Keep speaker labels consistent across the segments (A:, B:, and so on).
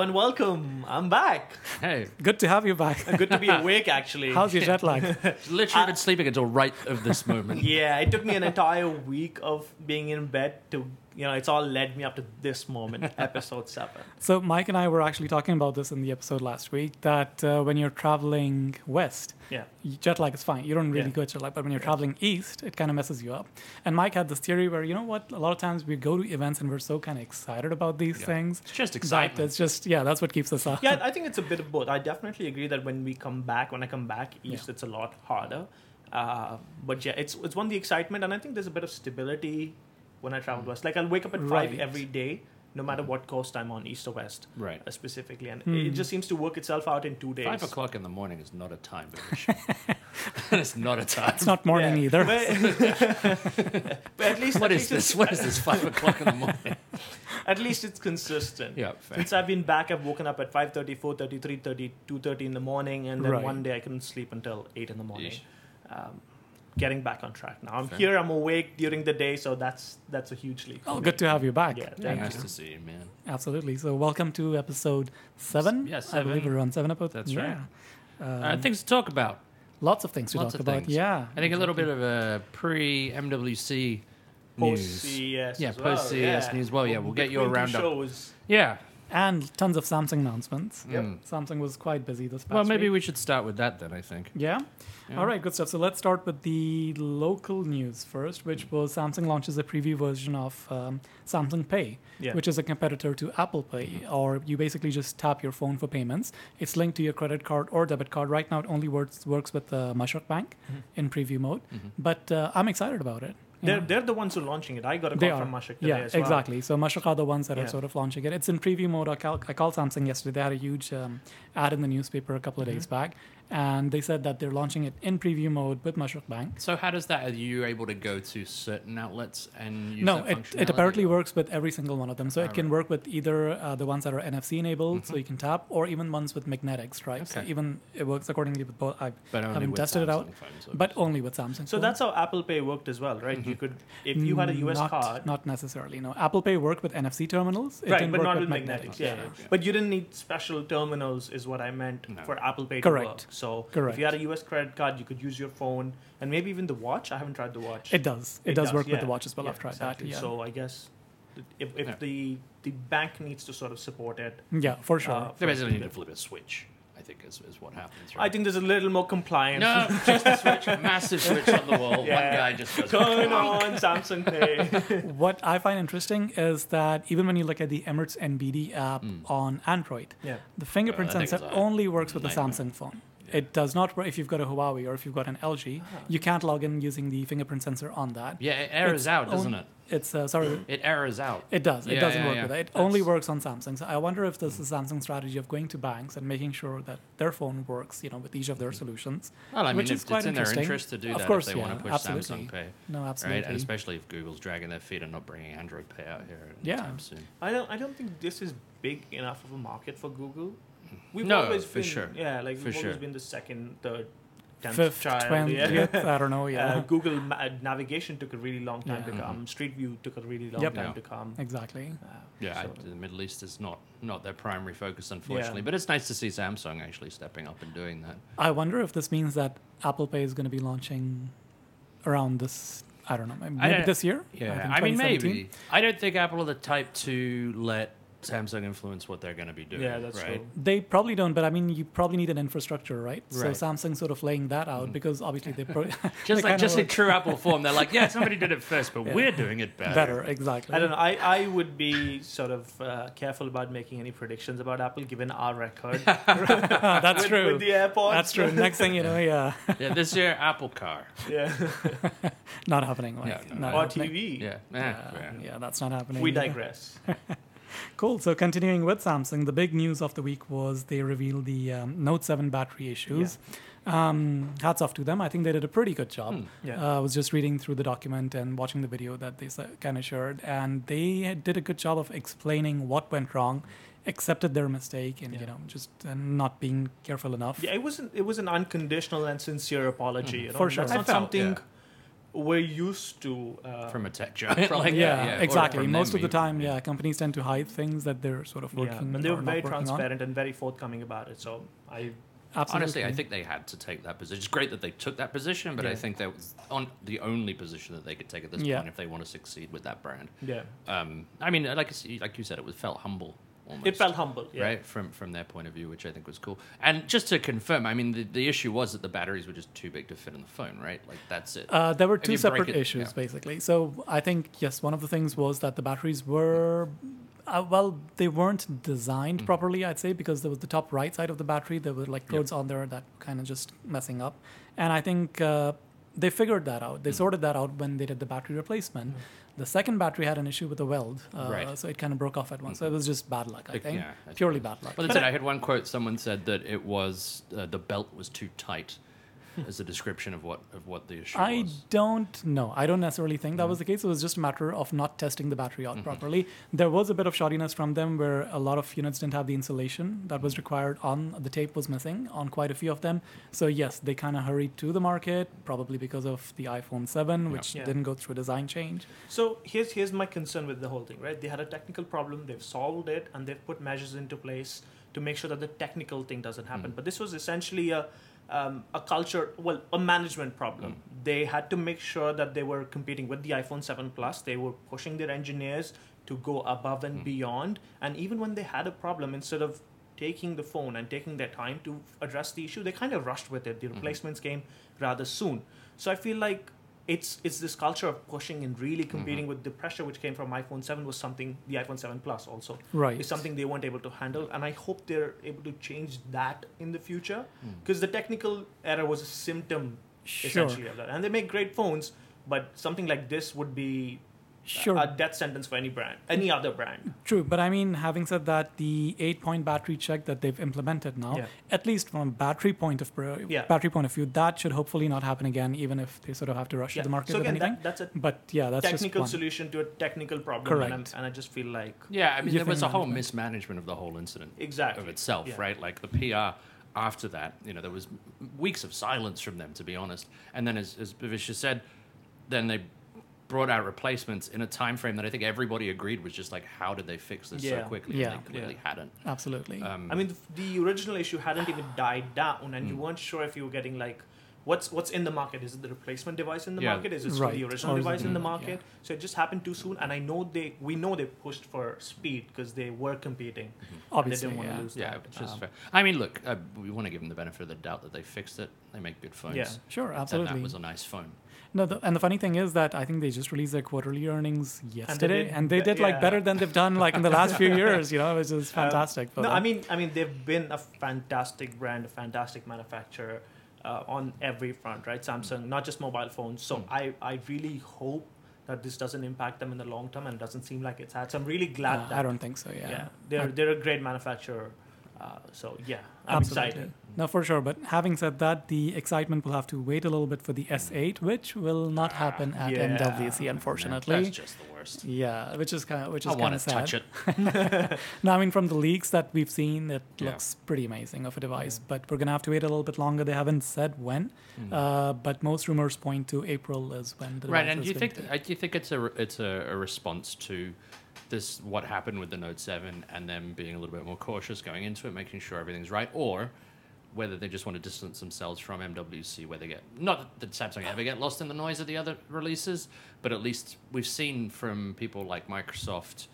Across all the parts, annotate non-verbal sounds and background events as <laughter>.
A: and welcome. I'm back.
B: Hey,
C: Good to have
B: <laughs>
C: you back.
A: Good to be awake, actually.
C: How's your jet lag?
B: literally
C: Uh,
B: been sleeping until right of this moment.
C: <laughs>
A: Yeah, it took me an entire week of being in bed to, you know, it's all led me up to this moment, episode seven.
C: so Mike and I were actually talking about this in the episode last week that uh, when you're traveling west,
A: Yeah.
C: y- jet lag is fine. You don't really
A: Yeah.
C: go jet lag, but when you're traveling east, it kind of messes you up. And Mike had this theory where you know what? A lot of times we go to events and we're so kind of excited about these
B: Yeah.
C: things.
B: It's just
C: that
B: excitement.
C: It's just yeah, that's what keeps us up.
A: Yeah, I think it's a bit of both. I definitely agree that when we come back, when I come back east, it's a lot harder. Uh, but yeah, it's it's one the excitement, and I think there's a bit of stability when I travel west. Like I'll wake up at
C: Right.
A: five every day, no matter what coast I'm on, east or west,
B: Right.
A: uh, specifically, and it just seems to work itself out in two days.
B: Five o'clock in the morning is not a time variation.
C: <laughs>
B: <laughs> it's not a time.
C: <laughs> It's not morning
A: Yeah.
C: either. <laughs>
A: But- <laughs> but at least
B: what
A: at
B: is
A: least it's-
B: this? What is this? Five o'clock in the
C: <laughs>
B: morning.
A: At least it's consistent.
B: Yeah, fair.
A: Since I've been back, I've woken up at 5.30, 4.30, 3.30, 2.30 in the morning, and then
C: Right.
A: one day I couldn't sleep until 8 in the morning.
B: Yeesh.
A: Um, getting back on track now. I'm
B: Fair.
A: here, I'm awake during the day, so that's that's a huge leap. for
C: Oh,
A: me.
C: good to have you back.
A: Yeah,
B: Yeah,
A: thank
B: nice
A: you.
B: to see you, man.
C: Absolutely. So welcome to episode seven.
B: Yeah,
C: I
B: seven.
C: believe we're on seven episodes.
B: That's
C: yeah. Um,
B: uh, things to talk about.
C: lots of things to
B: lots
C: talk
B: of
C: about.
B: things.
C: Yeah.
B: I think a little bit of a pre MWC news.
A: Post-CES
B: Yeah,
A: as well,
B: post CES news. Well, yeah, we'll get you a
A: Between two
B: roundup.
A: shows.
B: Yeah.
C: and tons of Samsung announcements.
A: Yep.
B: Mm.
C: Samsung was quite busy this past
B: Well, maybe
C: week.
B: we should start with that then. I think.
C: Yeah?
B: Yeah.
C: All right, good stuff. So let's start with the local news first, which was Samsung launches a preview version of um, Samsung Pay,
A: Yeah.
C: which is a competitor to Apple Pay, or you basically just tap your phone for payments. It's linked to your credit card or debit card. Right now, it only works works with uh, Mashak Bank in preview mode,
B: Mm-hmm.
C: but uh, I'm excited about it. you
A: Mm-hmm. They're,
C: know?
A: they're the ones who are launching it. I got a
C: They
A: call
C: are.
A: from Mashik today
C: yeah,
A: as well.
C: exactly. So Mashak are the ones that are
A: Yeah.
C: sort of launching it. It's in preview mode. I, cal- I called Samsung yesterday. They had a huge um, ad in the newspaper a couple of days
A: Mm-hmm.
C: back, and they said that they're launching it in preview mode with Mashak Bank.
B: So how does that? Are you able to go to certain outlets and use
C: no,
B: that
C: it, it
B: functionality?
C: apparently works with every single one of them. So it
B: All
C: can work with either uh, the ones that are NFC enabled,
A: Mm-hmm.
C: so you can tap, or even ones with magnetic stripes.
B: Okay.
C: Even it works accordingly with both. I
B: But only
C: haven't
B: with
C: tested it out,
B: Samsung phones,
C: but only with Samsung.
A: So
C: phones.
A: that's how Apple Pay worked as well, right? You
B: Mm-hmm.
A: could, if you had a US
C: not,
A: card,
C: Not necessarily. No, Apple Pay worked with NFC terminals. It
A: right,
C: didn't
A: but
C: work
A: not
C: with
A: with magnetics. Yeah,
B: Yeah, yeah.
A: but you didn't need special terminals, is what I meant
B: No.
A: for Apple Pay
C: Correct.
A: to work. So if
C: Correct.
A: you had a US credit card, you could use your phone and maybe even the watch. I haven't tried the watch.
C: It does. It, does, work
A: yeah.
C: with the watch as well.
A: Yeah,
C: I've tried
A: exactly.
C: that. Yeah.
A: So I guess th- if, if
B: Yeah.
A: the the bank needs to sort of support it,
C: yeah, for sure.
B: <laughs>
A: uh,
B: They basically need to flip a switch. I think is, is what happens. Right?
A: I think there's a little more compliance. <laughs>
B: No, just a switch, <laughs> massive switch on the wall. One
A: Yeah.
B: guy just goes.
A: Turn on Samsung
C: <laughs>
A: Pay.
C: <laughs> what I find interesting is that even when you look at the Emirates NBD app on Android,
A: yeah.
C: the fingerprint
B: Well, Hmm. Uh, I think
C: sensor
B: it's a
C: only works with a
B: nightmare.
C: Samsung phone. It does not work if you've got a Huawei or if you've got an LG.
B: Ah.
C: You can't log in using the fingerprint sensor on that.
B: <laughs> Yeah, it errors
C: It's
B: out,
C: on-
B: doesn't it?
C: It's uh, sorry,
B: It errors out.
C: It does. It
B: Yeah,
C: doesn't
B: yeah,
C: work
B: yeah.
C: with that. It
B: That's- Hmm.
C: only works on Samsung. So I wonder if this is Samsung's strategy of going to banks and making sure that their phone works, you know, with each of
B: Hmm.
C: their solutions.
B: Well, I mean,
C: which
B: it's,
C: is quite
B: it's in their
C: interesting.
B: interest to do
C: Of
B: that
C: course,
B: if they
C: yeah,
B: want to push
C: absolutely.
B: Samsung Pay,
C: No, absolutely.
B: right? And especially if Google's dragging their feet and not bringing Android Pay out here
C: Yeah.
B: anytime soon.
A: I don't. I don't think this is big enough of a market for Google. We've
B: No,
A: always
B: for
A: been,
B: sure.
A: Yeah, like
B: For
A: we've
B: sure.
A: always been the second, third, tenth
C: Fifth,
A: child. yeah.
C: twentieth, I
B: <laughs>
C: don't know. Yeah,
A: Uh, Google ma- uh, navigation took a really long time to
C: Yeah. Mm-hmm.
A: come. Street View took a really long
C: Yep.
A: time
B: Yeah.
A: to come.
C: exactly.
A: Uh,
B: Yeah,
A: so-
B: I- the Middle East is not not their primary focus, unfortunately. But it's nice to see Samsung actually stepping up and doing that.
C: I wonder if this means that Apple Pay is going to be launching around this. I don't know. Maybe
B: I don't-
C: this year.
B: Yeah,
C: think
B: I, mean,
C: 2017.
B: maybe. I don't think Apple are the type to let Samsung influence what they're going to be doing.
A: yeah, that's
B: right.
A: true.
C: They probably don't, but I mean, you probably need an infrastructure, right? So
B: Right. Mm.
C: Samsung's sort of laying that out because obviously they pro-
B: Just
C: they
B: like
C: kinda
B: just in
C: work
B: true Apple form, they're like, yeah, <laughs> somebody did it first, but
C: Yeah.
B: we're doing it <laughs> better.
C: better. Exactly.
A: I don't know. I, I would be sort of uh, careful about making any predictions about Apple given our record.
C: <laughs> <laughs> That's
A: with,
C: true.
A: With the AirPods.
C: That's true. Next thing you know, yeah,
B: <laughs> Yeah, this year Apple Car.
A: <laughs> yeah.
C: <laughs> not happening. Like,
B: Yeah, no,
C: not
B: no.
A: Or
C: happening.
A: TV.
B: Yeah, eh,
C: Yeah,
B: yeah.
C: yeah, that's not happening.
A: We
C: either. <laughs>
A: digress.
C: Cool. So continuing with Samsung, the big news of the week was they revealed the um, Note 7 battery issues. Um, hats off to them. I think they did a pretty good
B: Hmm.
C: job.
A: Yeah.
C: Uh, I was just reading through the document and watching the video that they kind of shared, and they had- did a good job of explaining what went wrong, accepted their mistake, and you
A: Yeah.
C: know just uh, not being careful enough.
A: Yeah, it wasn't. It was an unconditional and sincere apology. you know?
C: Mm-hmm. For sure.
A: that's
C: I
A: not
B: felt,
A: something. we're used to. Uh,
B: from a tech giant.
C: From-
B: <laughs> like,
C: yeah,
B: or
C: exactly.
B: from
C: Most
B: them
C: of the
B: even,
C: time, yeah, companies tend to hide things that they're sort of
A: yeah,
C: working
A: and they were
C: or not
A: very
C: working on.
A: transparent and very forthcoming about it. So I
C: Absolutely.
B: Honestly, I think they had to take that position. It's great that they took that position, but I
A: Yeah.
B: think that was on the only position that they could take at this
C: Yeah.
B: point if they want to succeed with that brand.
A: yeah,
B: Um, I mean, like I see- like you said, it was felt humble. Almost.
A: it felt humble. Yeah.
B: right from from their point of view, which I think was cool. And just to confirm, I mean, the, the issue was that the batteries were just too big to fit in the phone, right? Like that's it.
C: Uh, there were
B: If you
C: two
B: break
C: separate
B: it-
C: issues,
B: yeah.
C: basically. So I think yes, one of the things was that the batteries were, uh, well, they weren't designed
B: Mm.
C: properly. I'd say because there was the top right side of the battery, there were like codes on there that kind of just messing up, and I think uh, they figured that out.
B: Mm.
C: They sorted that out when they did the battery replacement. The second battery had an issue with the weld, uh,
B: Right.
C: so it kind of broke off at once. So it was just bad luck, I
B: Like,
C: think,
B: yeah, I
C: purely bad luck.
B: well, that's it. I had one quote. Someone said that it was uh, the belt was too tight, as a description of what of what the issue
C: I
B: was.
C: don't know. I don't necessarily think
A: Mm-hmm.
C: that was the case. It was just a matter of not testing the battery out properly. There was a bit of shoddiness from them where a lot of units didn't have the insulation that
A: Mm-hmm.
C: was required on the tape was missing on quite a few of them. So yes, they kind of hurried to the market probably because of the iPhone 7 which
A: Yeah.
C: didn't go through a design change.
A: So here's here's my concern with the whole thing, right? They had a technical problem, they've solved it, and they've put measures into place to make sure that the technical thing doesn't happen. But this was essentially a um, a culture, well, a management problem. They had to make sure that they were competing with the iPhone 7 Plus. They were pushing their engineers to go above and beyond. And even when they had a problem, instead of taking the phone and taking their time to address the issue, they kind of rushed with it. The replacements came rather soon. So I feel like it's it's this culture of pushing and really competing with the pressure which came from iPhone 7 was something the iPhone 7 Plus also
C: Right.
A: is something they weren't able to handle, and I hope they're able to change that in the future because the technical error was a symptom
C: Hmm. Sure.
A: essentially of that. And they make great phones, but something like this would be
C: Sure.
A: a death sentence for any brand, any other brand.
C: True, but I mean, having said that, the eight-point battery check that they've implemented now,
A: Yeah.
C: at least from a battery point of pro-
A: Yeah.
C: battery point of view, that should hopefully not happen again. Even if they sort of have to rush
A: Yeah.
C: to the market
A: so
C: with
A: again,
C: anything.
A: that, that's a
C: but yeah, that's
A: technical
C: just one.
A: solution to a technical problem, And, I'm-
C: Correct.
A: and I just feel like
B: yeah, I mean,
C: You
B: there was
C: think
B: a whole
C: management.
B: mismanagement of the whole incident.
A: exactly
B: of itself,
A: Yeah.
B: right? Like the PR after that, you know, there was weeks of silence from them, to be honest. And then, as, as Bavisha said, then they brought out replacements in a time frame that I think everybody agreed was just like, how did they fix this
A: Yeah.
B: so quickly?
C: Yeah.
B: And they clearly hadn't.
C: Absolutely.
B: Um,
A: I mean, the, the original issue hadn't even died down, and
B: Hmm.
A: you weren't sure if you were getting like, what's what's in the market? Is it the replacement device in the
B: Yeah.
A: market? Is it still
C: Right.
A: the original
C: Or is it
A: device in the
C: not?
A: market? So it just happened too soon, and I know they we know they pushed for speed because they were competing.
C: Obviously,
A: they didn't want
C: yeah.
A: to lose
B: yeah,
A: that.
B: which is
A: Um,
B: fair. I mean, look, uh, we want to give them the benefit of the doubt that they fixed it. They make good phones.
A: Yeah.
C: sure,
B: And
C: absolutely.
B: that was a nice phone.
C: no, the, and the funny thing is that I think they just released their quarterly earnings yesterday,
A: did
C: and they,
A: be-
C: did like
A: yeah. Um,
C: better than they've done like in the last
A: <laughs>
C: few years. You know, which is fantastic. for
A: No, I
C: them.
A: mean, I mean, they've been a fantastic brand, a fantastic manufacturer uh, on every front, right?
B: Hmm.
A: Samsung, not just mobile phones. So I, I really hope that this doesn't impact them in the long term, and doesn't seem like it's had. So I'm really glad
C: Uh,
A: that
C: I don't think so.
A: yeah,
C: Yeah.
A: they're
C: I-
A: they're a great manufacturer. Uh, so yeah, I'm excited.
C: No, for sure. But having said that, the excitement will have to wait a little bit for the S8, which will not happen at
A: yeah.
C: MWC,
B: Ah, That's
C: unfortunately.
B: just the worst.
C: Yeah, which is kind of which
B: I
C: is kind
B: want
C: of
B: to touch
C: sad.
B: it.
C: No, I mean from the leaks that we've seen, it
B: Yeah.
C: looks pretty amazing of a device. But we're gonna have to wait a little bit longer. They haven't said when, uh, but most rumors point to April is when the
B: Mm. right
C: device
B: and
C: is
B: do you
C: going
B: think
C: to be-
B: uh, do you think it's a re- it's a, a response to this what happened with the note 7 and them being a little bit more cautious going into it making sure everything's right or whether they just want to distance themselves from MWC, where they get not that Samsung ever get lost in the noise of the other releases, but at least we've seen from people like Microsoft,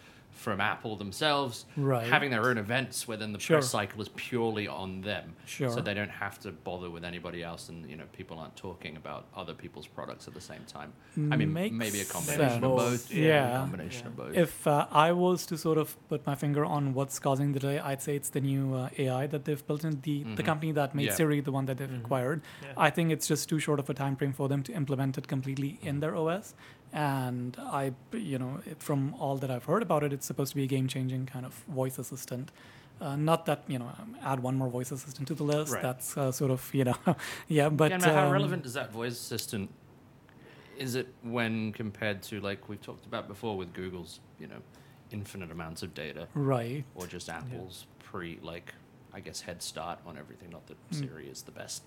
B: from Apple themselves,
C: Right.
B: having their own events where then the
C: Sure.
B: press cycle is purely on them,
C: Sure.
B: so they don't have to bother with anybody else, and you know people aren't talking about other people's products at the same time. I mean,
C: Makes
B: maybe a combination
A: sense.
B: of both.
A: Yeah.
B: a
C: Yeah.
B: combination of both.
C: If uh, I was to sort of put my finger on what's causing the delay, I'd say it's the new uh, AI that they've built in the the company that
B: Mm-hmm.
C: made
B: Yeah. Mm-hmm.
C: Siri, the one that they've acquired.
A: Yeah.
C: I think it's just too short of a time frame for them to implement it completely
B: Mm-hmm.
C: in their OS. And I, you know, it, from all that I've heard about it, it's supposed to be a game-changing kind of voice assistant. Uh, not that you know, um, add one more voice assistant to the list.
B: Right.
C: That's uh, sort of you know, <laughs> yeah. But
B: yeah, no, how
C: um,
B: relevant is that voice assistant? Is it when compared to like we've talked about before with Google's, you know, infinite amounts of data,
C: Right.
B: or just Apple's pre like, I guess head start on
C: Hmm.
B: everything? Not that Siri is the best.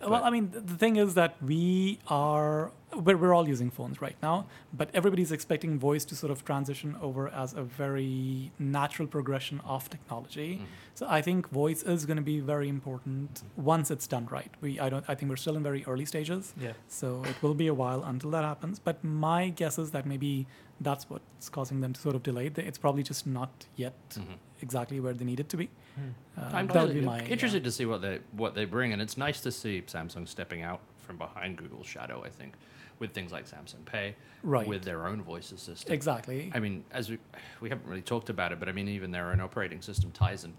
C: well
B: But-
C: i mean th- the thing is that we are we're, we're all using phones right now, but everybody's expecting voice to sort of transition over as a very natural progression of technology.
B: Mm-hmm.
C: So I think voice is going to be very important once it's done right. We I don't I think we're still in very early stages.
A: Yeah.
C: So it will be a while until that happens. But my guess is that maybe that's what's causing them to sort of delay. They- It's probably just not yet
B: Mm-hmm.
C: exactly where they need it to be.
A: Hmm.
C: Uh,
B: I'm
C: that would
B: really
C: be my
B: interested
C: yeah.
B: to see what they what they bring, and it's nice to see Samsung stepping out from behind Google's shadow. I think with things like Samsung Pay,
C: Right.
B: with their own voice assistant.
C: Exactly.
B: I mean, as we we haven't really talked about it, but I mean, even their own operating system Tizen,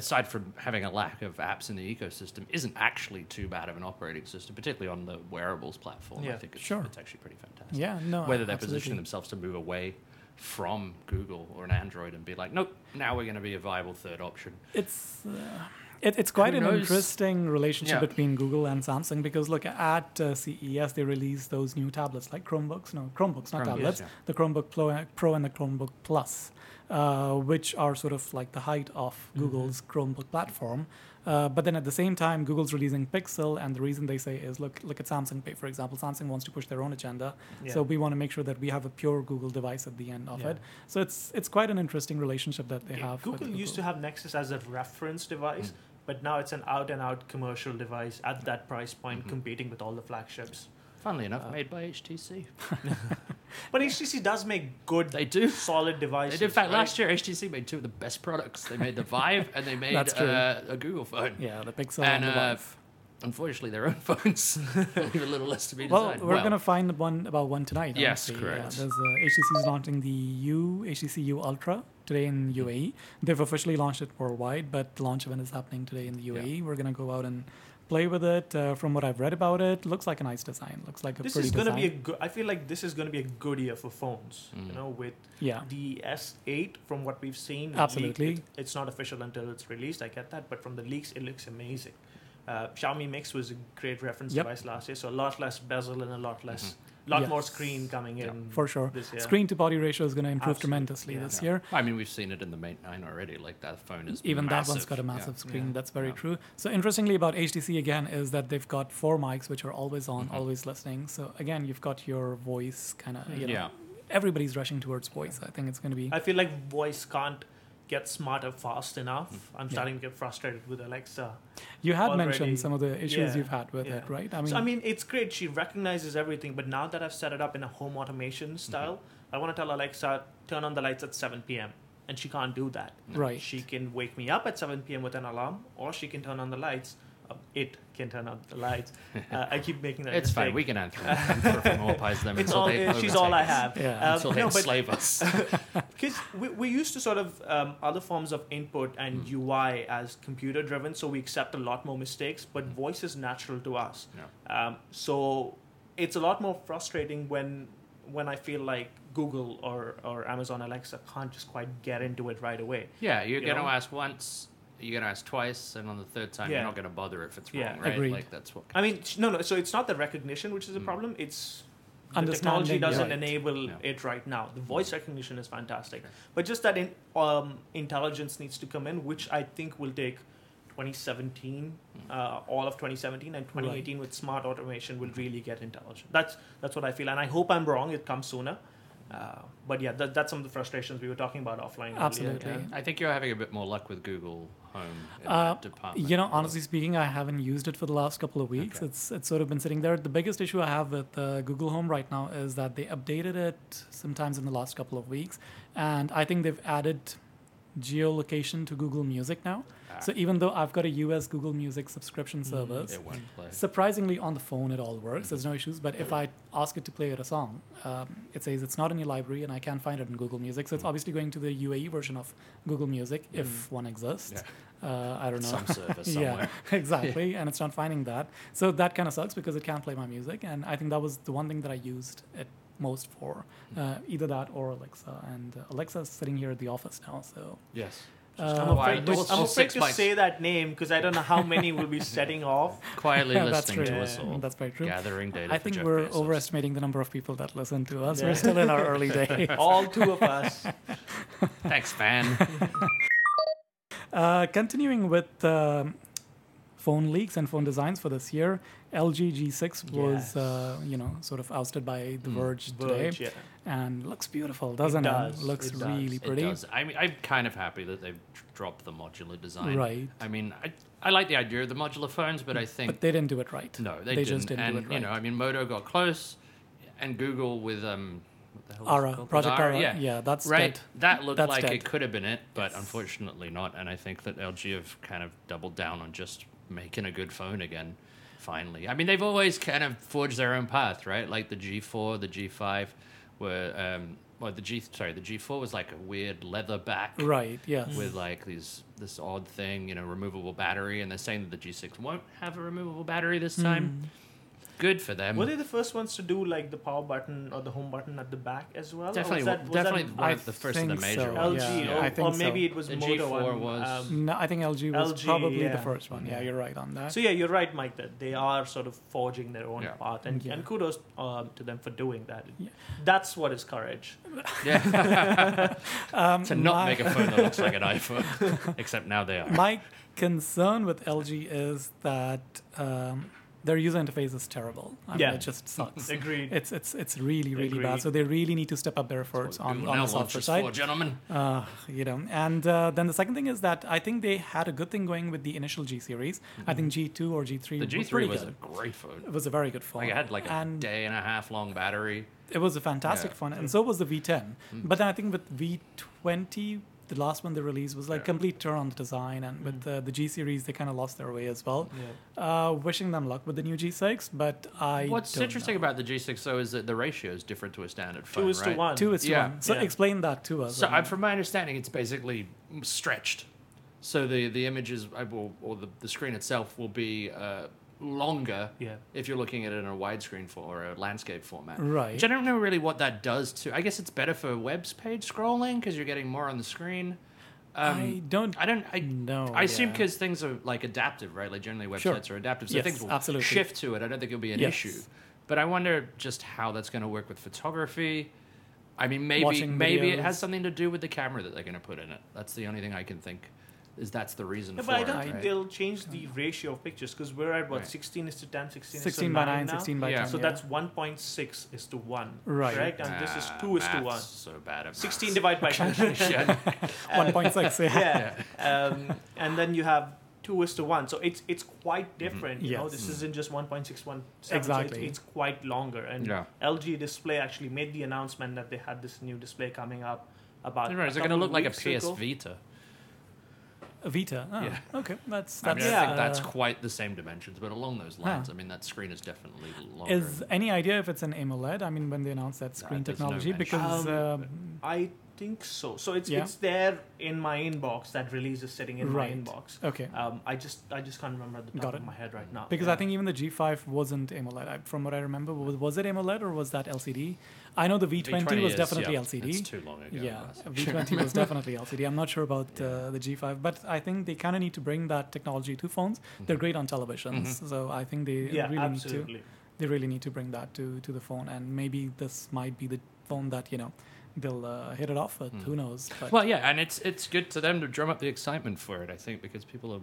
B: aside from having a lack of apps in the ecosystem, isn't actually too bad of an operating system, particularly on the wearables platform. I
A: Yeah.
B: think it's,
C: Sure.
B: it's actually pretty fantastic.
C: yeah. No.
B: Whether they're
C: absolutely.
B: positioning themselves to move away from Google or an Android and be like, nope, now we're going to be a viable third option.
C: It's uh, it, it's quite
B: Who
C: an
B: knows?
C: interesting relationship
B: Yeah.
C: between Google and Samsung because look at uh, CES they released those new tablets like Chromebooks, no Chromebooks, not
B: Chromebooks,
C: tablets,
B: yeah.
C: the Chromebook Pro, Pro and the Chromebook Plus, uh, which are sort of like the height of
A: Mm-hmm.
C: Google's Chromebook platform. Uh, but then at the same time, Google's releasing Pixel, and the reason they say is look look at Samsung Pay for example. Samsung wants to push their own agenda, so
A: Yeah.
C: we want to make sure that we have a pure Google device at the end of
A: Yeah.
C: it. So it's it's quite an interesting relationship that they
A: Yeah,
C: have. with
A: Google used to have Nexus as a reference device, but now it's an out and out commercial device at that price point, competing with all the flagships.
B: Funnily enough,
A: Uh,
B: made by HTC.
A: But HTC does make good,
B: They do.
A: solid devices.
B: They did. In fact,
A: right?
B: last year, HTC made two of the best products. They made the Vive and they made
C: That's true.
B: uh, a Google phone.
C: Yeah, the Pixel
B: And,
C: and, the
B: uh,
C: Vive.
B: Unfortunately, their own <laughs> phones leave a little less to be
C: Well,
B: desired.
C: we're gonna find one about one tonight.
B: Yes,
C: honestly.
B: correct.
C: Yeah, there's uh, HTC is launching the U HTC U Ultra today in UAE. They've officially launched it worldwide, but the launch event is happening today in the UAE. We're gonna go out and play with it. Uh, from what I've read about it, looks like a nice design. Looks like a
A: this
C: pretty
A: is going to
C: design.
A: be a good. I feel like this is going to be a good year for phones. You know, with
C: yeah.
A: the S8, from what we've seen, the
C: Absolutely.
A: leak- it- it's not official until it's released. I get that, but from the leaks, it looks amazing. Uh, Xiaomi Mix was a great reference
C: Yep. Mm-hmm.
A: device last year, so a lot less bezel and a lot less, lot more screen coming
B: Yeah.
A: in
C: For sure.
A: This year.
C: Screen to body ratio is gonna improve
A: Absolutely,
C: tremendously
A: yeah.
C: this year.
B: I mean, we've seen it in the Mate 9 already. Like, that phone is
C: even that one's
B: massive.
C: got a
B: Yeah.
C: massive screen
A: Yeah.
C: that's very
B: Yeah.
C: true so interestingly about htc again is that they've got four mics which are always on
A: Mm-hmm.
C: always listening so again you've got your voice kind of
A: Mm-hmm.
C: you know
B: Yeah.
C: everybody's rushing towards voice i think it's going to be
A: I feel like voice can't get smarter fast enough. I'm
C: Mm-hmm. Yeah.
A: starting to get frustrated with Alexa.
C: you had
A: already-
C: mentioned some of the issues
A: yeah,
C: you've had with
A: yeah.
C: it right i
A: I
C: mean,
A: mean, so, I mean, it's great. She recognizes everything, but now that I've set it up in a home automation style,
C: Mm-hmm.
A: I want to tell Alexa, turn on the lights at 7 p.m. And she can't do that.
C: right
A: She can wake me up at 7 p.m. with an alarm, or she can turn on the lights. Uh, it can turn on the lights.
B: <laughs>
A: Uh, I keep making that
B: It's
A: mistake.
B: fine. We can anthropomorphize
A: <laughs>
B: them
A: It's
B: until
A: all,
B: they
A: uh, she's all I
B: overtake us.
A: have.
C: Yeah.
A: Um,
B: Until they
A: no, but
B: enslave us.
A: Because we, we're used to sort of um, other forms of input and
B: Hmm.
A: UI as computer driven, so we accept a lot more mistakes, but voice is natural to us.
B: Hmm. Yeah.
A: Um, so it's a lot more frustrating when when I feel like Google or, or Amazon Alexa can't just quite get into it right away.
B: Yeah, you're
A: You
B: going
A: know?
B: to ask once, you're going to ask twice, and on the third time,
A: Yeah.
B: you're not going to bother if it's
A: Yeah.
B: wrong, right?
C: Agreed.
B: Like, that's what.
A: I mean, sh- no, no, so it's not the recognition which is a
B: Mm.
A: problem, it's the technology
C: Understanding,
A: doesn't
C: right.
A: enable
B: Yeah.
A: it right now. The voice recognition is fantastic,
B: Sure.
A: but just that in, um, intelligence needs to come in, which I think will take 2017, uh, all of 2017 and 2018 with smart automation will really get intelligent. That's that's what I feel, and I hope I'm wrong. It comes sooner, uh, but yeah, that, that's some of the frustrations we were talking about offline. earlier,
C: Absolutely.
A: yeah.
B: I think you're having a bit more luck with Google Home in
C: Uh,
B: that department.
C: you know honestly speaking i haven't used it for the last couple of weeks
B: Okay.
C: it's it's sort of been sitting there the biggest issue i have with uh, google home right now is that they updated it sometimes in the last couple of weeks and i think they've added geolocation to google music now
B: Ah.
C: so even though i've got a us google music subscription service
B: Mm. it Mm-hmm. won't play.
C: Surprisingly, on the phone it all works. There's no issues. But if I ask it to play a song, um, it says it's not in your library and I can't find it in Google Music.
B: Mm.
C: So it's obviously going to the UAE version of Google Music, if one exists. Uh, I don't know.
B: Some service somewhere.
C: Yeah, <laughs> exactly. And it's not finding that. So that kind of sucks because it can't play my music. And I think that was the one thing that I used it most for,
B: Mm.
C: uh, either that or Alexa. And uh, Alexa's sitting here at the office now. So
B: Yes.
C: Uh,
A: I'm
C: Why
A: afraid,
C: those
A: to, I'm
B: all
A: afraid
B: six
A: to
B: bytes?
A: say that name because I don't know how many will be setting off.
B: Quietly
C: <laughs> that's
B: listening
C: true.
B: to us all.
C: That's very true.
B: Gathering data.
C: I
B: for
C: think
B: Jeff
C: we're
B: Bezos.
C: overestimating the number of people that listen to us.
A: Yeah.
C: We're still in our
B: <laughs>
C: early days.
A: All two of us.
B: Thanks, fan.
C: <laughs> Uh, continuing with um phone leaks and phone designs for this year, LG G6
A: Yes.
C: was, uh, you know, sort of ousted by The
B: Mm.
C: Verge today,
A: Verge, yeah.
C: and looks beautiful, doesn't it?
A: does,
C: Looks
A: it does.
C: really
B: It
C: pretty.
B: does. I mean, I'm kind of happy that they've dr- dropped the modular design.
C: Right.
B: I mean, I, I like the idea of the modular phones, but I think
C: But they didn't do it right.
B: no, they, didn't.
C: just didn't
B: and
C: do it right.
B: you know, I mean, Moto got close, and Google with um, what the hell is it
C: Ara,
B: called?
C: Project
B: Ara,
C: Ara, yeah, that's
B: right.
C: dead.
B: That looked
C: That's
B: like
C: dead.
B: it could have been it, but
C: Yes.
B: unfortunately not. And I think that LG have kind of doubled down on just making a good phone again. Finally, I mean, they've always kind of forged their own path, right? Like the G4, the G5 were, um, well, the G sorry, the G4 was like a weird leather back
C: Right, yes.
B: with like these this odd thing, you know, removable battery, and they're saying that the G6 won't have a removable battery this
C: Hmm.
B: time. Good for them.
A: Were they the first ones to do like the power button or the home button at the back as well? Or was
B: definitely,
A: that- was that
B: definitely one
C: I
B: of the first of the
C: think
B: major
C: so,
B: ones.
A: LG,
C: Yeah,
A: or,
C: I think
A: or
C: so.
A: maybe it was
B: The
A: Moto.
B: G4
A: and,
B: was-
A: um,
C: Hmm. No, I think LG was
A: LG,
C: probably
A: yeah.
C: the first one. Yeah, you're right on that.
A: So yeah, you're right, Mike. That they are sort of forging their own
B: Yeah.
A: path, and,
C: Yeah.
A: and kudos um, to them for doing that.
C: Yeah.
A: That's what is courage.
C: <laughs>
B: Yeah. <laughs>
C: um,
B: to not
C: my-
B: make a phone that looks like an
C: <laughs>
B: iPhone, except now they are.
C: my concern with LG is that um, their user interface is terrible. I
A: Yeah.
C: mean, it just
A: Mm-hmm.
C: sucks.
A: Agreed.
C: It's it's it's really really
A: Agreed.
C: bad. So they really need to step up their
B: That's
C: efforts
B: what
C: on,
B: Google
C: on
B: now
C: the software
B: launches for,
C: side.
B: gentlemen.
C: Uh, you know, and uh, then the second thing is that I think they had a good thing going with the initial G series. I think G two or G three.
B: The
C: was
B: G3
C: pretty
B: was a
C: good.
B: great phone.
C: It was a very good phone.
B: Like it had like a
C: and
B: day and a half long battery.
C: it was a fantastic
B: Yeah. Mm.
C: phone, and so was the V10. But then I think with V20, the last one they released was like
B: Yeah. Mm.
C: complete turn on the design, and with the, the G series, they kind of lost their way as well. Uh, wishing them luck with the new G6, but I
B: What's
C: don't
B: interesting
C: know.
B: about the G6 though is that the ratio is different to a standard phone,
A: Two is
B: right?
A: to one.
C: two is to
B: Yeah.
C: one. So
A: Yeah.
C: explain that to us.
B: So,
C: I
B: I,
C: mean.
B: from my understanding, it's basically stretched. So the the images I will, or the, the screen itself will be uh, longer
A: Yeah.
B: if you're looking at it in a widescreen for or a landscape format.
C: Right.
B: Which I don't know really what that does to. I guess it's better for web page scrolling because you're getting more on the screen. Um,
C: I don't.
B: I don't. I
C: No,
B: I assume
C: yeah.
B: because things are like adaptive, right? Like generally websites
C: Sure.
B: are adaptive, so
C: Yes,
B: things will
C: absolutely.
B: shift to it. I don't think it'll be an
C: Yes.
B: issue. But I wonder just how that's going to work with photography. I mean, maybe
C: Watching
B: maybe it
C: videos.
B: has something to do with the camera that they're going to put in it. That's the only thing I can think. Is that's the reason
A: Yeah,
B: for
A: but I
B: it?
A: don't
B: right?
A: think they'll change the
C: Mm-hmm.
A: ratio of pictures because we're at what
B: Right.
A: 16 is to 10, 16, is
C: 16
A: to
C: by
A: 9,
C: 9,
A: now.
C: 16 by
B: Yeah.
C: 10.
A: So that's 1.6 is to 1.
C: Right.
A: Correct? And this is
B: Ah,
A: 2 is to
B: math's
A: 1.
B: So bad at
A: 16
B: maths. <laughs>
A: divided by 10.
C: <laughs>
B: Shit. <laughs>
C: 1.6. Yeah.
A: yeah. Um, and then you have two is to one, so it's it's
B: Mm-hmm.
A: quite different. You know,
C: Yes.
B: Mm.
A: this isn't just one point six one.
C: Exactly.
A: it's, it's quite longer. And <laughs>
B: Yeah.
A: LG Display actually made the announcement that they had this new display coming up. About
B: Right, Is
A: a
B: it going to
A: couple
B: look like a
A: weeks ago.
B: PS Vita?
C: A Vita. Ah,
B: Yeah.
C: Okay. That's
B: I
C: that's.
B: mean, I
A: Yeah.
B: think that's
C: uh,
B: quite the same dimensions, but along those lines.
C: Huh.
B: I mean, that screen is definitely longer.
C: Is any idea if it's an AMOLED? I mean, when they announced that screen
B: Uh, there's no
C: technology,
B: mention.
C: because
A: Um,
C: um,
A: I think so. So it's
C: Yeah.
A: it's there in my inbox. That release is sitting in
C: Right.
A: my inbox.
C: okay,
A: Um, I just I just can't remember at the top
C: Got
A: of
C: it.
A: my head right now.
C: because
A: Yeah.
C: I think even the G5 wasn't AMOLED. I, from what I remember, was, was it AMOLED or was that LCD? I know the V20, was
B: is,
C: definitely
B: yeah,
C: LCD.
B: It's too long ago.
C: yeah,
B: last-
C: V20 was definitely LCD. I'm not sure about
B: <laughs> Yeah.
C: uh, the G5, but I think they kind of need to bring that technology to phones.
B: Mm-hmm.
C: They're great on televisions, so I think they
A: yeah,
C: really need to.
A: absolutely.
C: They really need to bring that to to the phone, and maybe this might be the phone that you know they'll uh, hit it off
B: Mm.
C: with. Who knows? But
B: Well, yeah, and it's it's good to them to drum up the excitement for it. I think because people are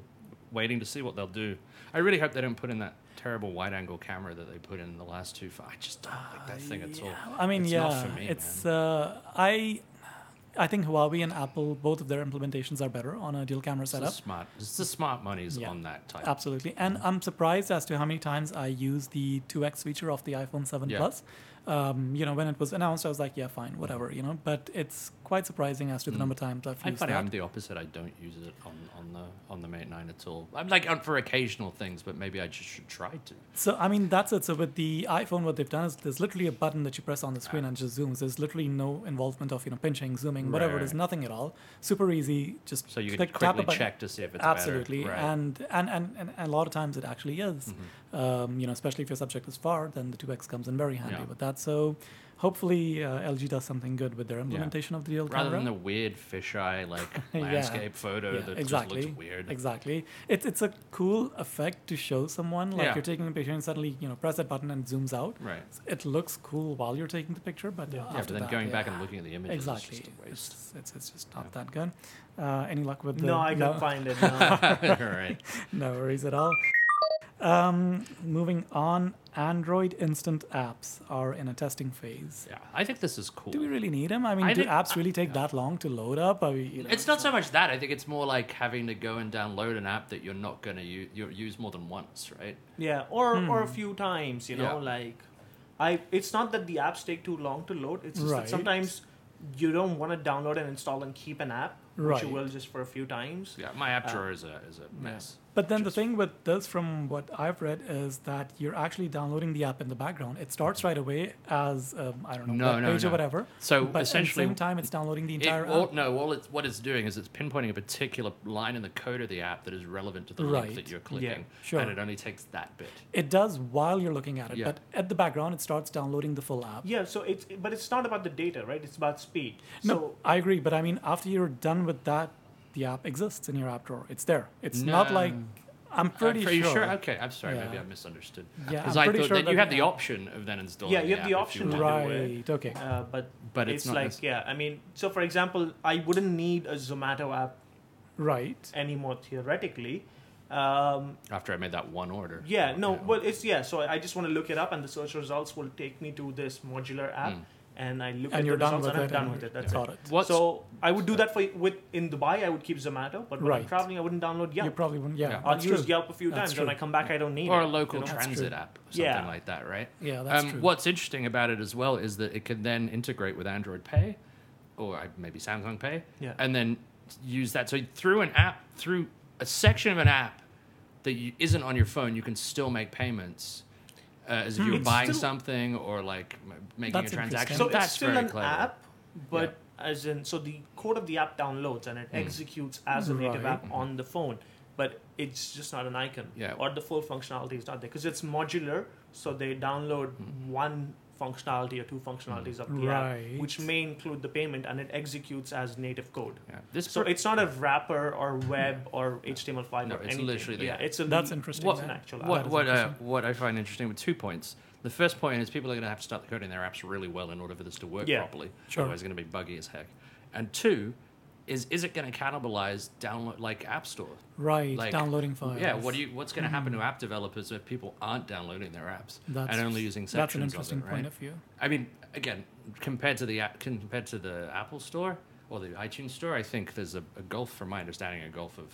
B: waiting to see what they'll do. I really hope they don't put in that terrible wide-angle camera that they put in the last two. fi- I just don't like that thing at all.
C: I mean,
B: It's
C: Ah, yeah,
B: not for me,
C: it's uh, I. I think Huawei and Apple, both of their implementations are better on a dual camera
B: It's the
C: setup.
B: smart. It's the smart money's
C: Yeah.
B: on that type.
C: Absolutely, and
B: Mm-hmm.
C: I'm surprised as to how many times I use the 2x feature of the iPhone 7
B: Yeah.
C: Plus. Um, you know, when it was announced, I was like, yeah, fine, whatever, you know. But it's quite surprising
B: Mm.
C: as to the number of times I've
B: I'm
C: used
B: funny. I'm
C: that.
B: the opposite. I don't use it on, on the on the Mate Nine at all. I'm like on for occasional things, but maybe I just should try to.
C: So I mean, that's it. So with the iPhone, what they've done is there's literally a button that you press
B: Ah.
C: on the screen and it just zooms. There's literally no involvement of you know pinching, zooming, whatever.
B: Right.
C: There's nothing at all. Super easy. Just
B: So you can
C: click, tap a
B: quickly
C: button.
B: check to see if it's better.
C: absolutely
B: Right. Mm-hmm.
C: and, and, and and a lot of times it actually is um, you know especially if your subject is far then the 2x comes in very handy
B: Yeah.
C: with that so hopefully uh, lg does something good with their implementation of the dual
B: Rather
C: camera
B: than the weird fisheye like
C: <laughs> Yeah.
B: landscape photo
C: yeah,
B: that
C: exactly.
B: just looks weird.
C: Exactly. It's it's a cool effect to show someone. Like
B: Yeah.
C: you're taking a picture and suddenly, you know, press that button and it zooms out.
B: Right.
C: It looks cool while you're taking the picture, but
A: Yeah.
C: uh,
B: Yeah,
C: after
B: but then
C: that,
B: going back
C: yeah.
B: and looking at the images
C: Exactly.
B: is just a waste.
C: It's, it's, it's just not that good. Uh, any luck with the
A: No, I can't find it. No.
C: <laughs>
B: All <laughs> right.
C: No worries at all. Um, moving on, Android instant apps are in a testing phase.
B: Yeah, I think this is cool.
C: Do we really need them? I mean,
B: I
C: do
B: think-
C: apps really take that long to load up? Are we, you know,
B: It's not so much that. I think it's more like having to go and download an app that you're not going to use, you use more than once, right?
A: Yeah, or or a
C: Hmm.
A: few times, you know,
B: Yeah.
A: like I. It's not that the apps take too long to load. It's just
C: Right.
A: that sometimes you don't want to download and install and keep an app, which you
C: Right.
A: will just for a few times.
B: Yeah, my app
A: Uh,
B: drawer is a is a mess.
C: But then
B: Just-
C: the thing with this, from what I've read, is that you're actually downloading the app in the background. It starts right away as um, I don't know
B: No,
C: web
B: no,
C: page
B: no.
C: or whatever.
B: So
C: But
B: essentially,
C: at the same time, it's downloading the
B: it-
C: entire
B: all-
C: app.
B: no, all it's what it's doing is it's pinpointing a particular line in the code of the app that is relevant to the link
C: Right.
B: that you're clicking,
C: Sure.
B: and it only takes that bit.
C: It does while you're looking at it,
B: Yeah.
C: but at the background, it starts downloading the full app.
A: Yeah, so it's but it's not about the data, right? It's about speed.
C: No,
A: So
C: I agree, but I mean, after you're done with that, the app exists in your app drawer. It's there. It's not
B: No.
C: like I'm pretty,
B: Are you Okay, I'm sorry.
C: Yeah.
B: Maybe I misunderstood.
C: Yeah,
B: because
C: I'm
B: I
C: pretty
B: thought
C: sure
B: that
C: that
B: you
C: we
B: have the
C: have-
B: option of then installing.
A: Yeah, you have the
B: app if
A: option to
B: want.
A: do it.
C: Right. Okay.
A: Uh, but
B: But it's
A: it's,
B: not
A: like
B: necess-
A: yeah i mean so for example i wouldn't need a zomato app
C: Right.
A: anymore theoretically um,
B: After I made that one order.
A: yeah no
B: Yeah.
A: well it's yeah so i I just want to look it up and the search results will take me to this modular app
B: Mm.
A: and i look at
C: Hmm. And you're
A: the
C: done
A: results
C: with
A: and i'm
C: it.
A: done
C: and
A: with it
C: you're-
A: that's
C: Got
A: it
C: it.
B: What's-
A: so i would do that for with in dubai i would keep zomato but when i'm
C: Right.
A: traveling i wouldn't download
C: You
A: yelp
C: probably wouldn't. Yeah.
B: Yeah.
A: i'll
C: that's
A: use
C: true.
A: yelp a few
C: That's
A: times when i
C: true.
A: come back i don't need
B: or
A: it
B: a
A: you
B: local
A: know?
C: That's
B: transit
C: true.
B: app, something
A: Yeah.
B: like that, right?
A: Oh,
C: Yeah, that's
B: um,
C: true.
B: What's interesting about it as well is that it can then integrate with Android Pay, or I- maybe Samsung Pay,
A: Yeah.
B: and then use that. So through an app, through a section of an app that you, isn't on your phone, you can still make payments. Uh, as if you were
A: It's
B: buying
A: Hmm. still-
B: something or like m- making
C: That's
B: a transaction.
C: interesting.
A: so
B: That's
A: it's still
B: very
A: an
B: clever.
A: app but as in so the code of the app downloads and
B: Hmm.
A: it executes as a native
C: Right.
A: app on the phone but it's just not an icon
B: Yeah.
A: or the full functionality is not there because it's modular so they download
B: Hmm.
A: one functionality or two functionalities of the
C: Right.
A: app which may include the payment and it executes as native code
B: Yeah. This
A: so
B: per-
A: it's not a wrapper or web or html5
B: No,
A: or
B: it's
A: anything
B: literally the
A: yeah
B: app.
A: it's a
C: That's
A: le-
C: interesting.
A: it's
B: What-
A: an actual
B: what
A: app
B: what uh,
C: interesting.
B: what I find interesting with two points. The first point is people are going to have to start coding their apps really well in order for this to work
A: Yeah.
B: properly.
C: Sure.
B: Otherwise, it's going to be buggy as heck. And two is is it going to cannibalize download like App Store?
C: Right.
B: Like
C: downloading files.
B: Yeah. What do you what's going to happen to app developers if people aren't downloading their apps
C: That's,
B: and only using
C: That's an
B: sections
C: interesting
B: of it? Right.
C: point of view.
B: I mean, again, compared to the app- compared to the Apple Store or the iTunes Store, I think there's a, a gulf, from my understanding, a gulf of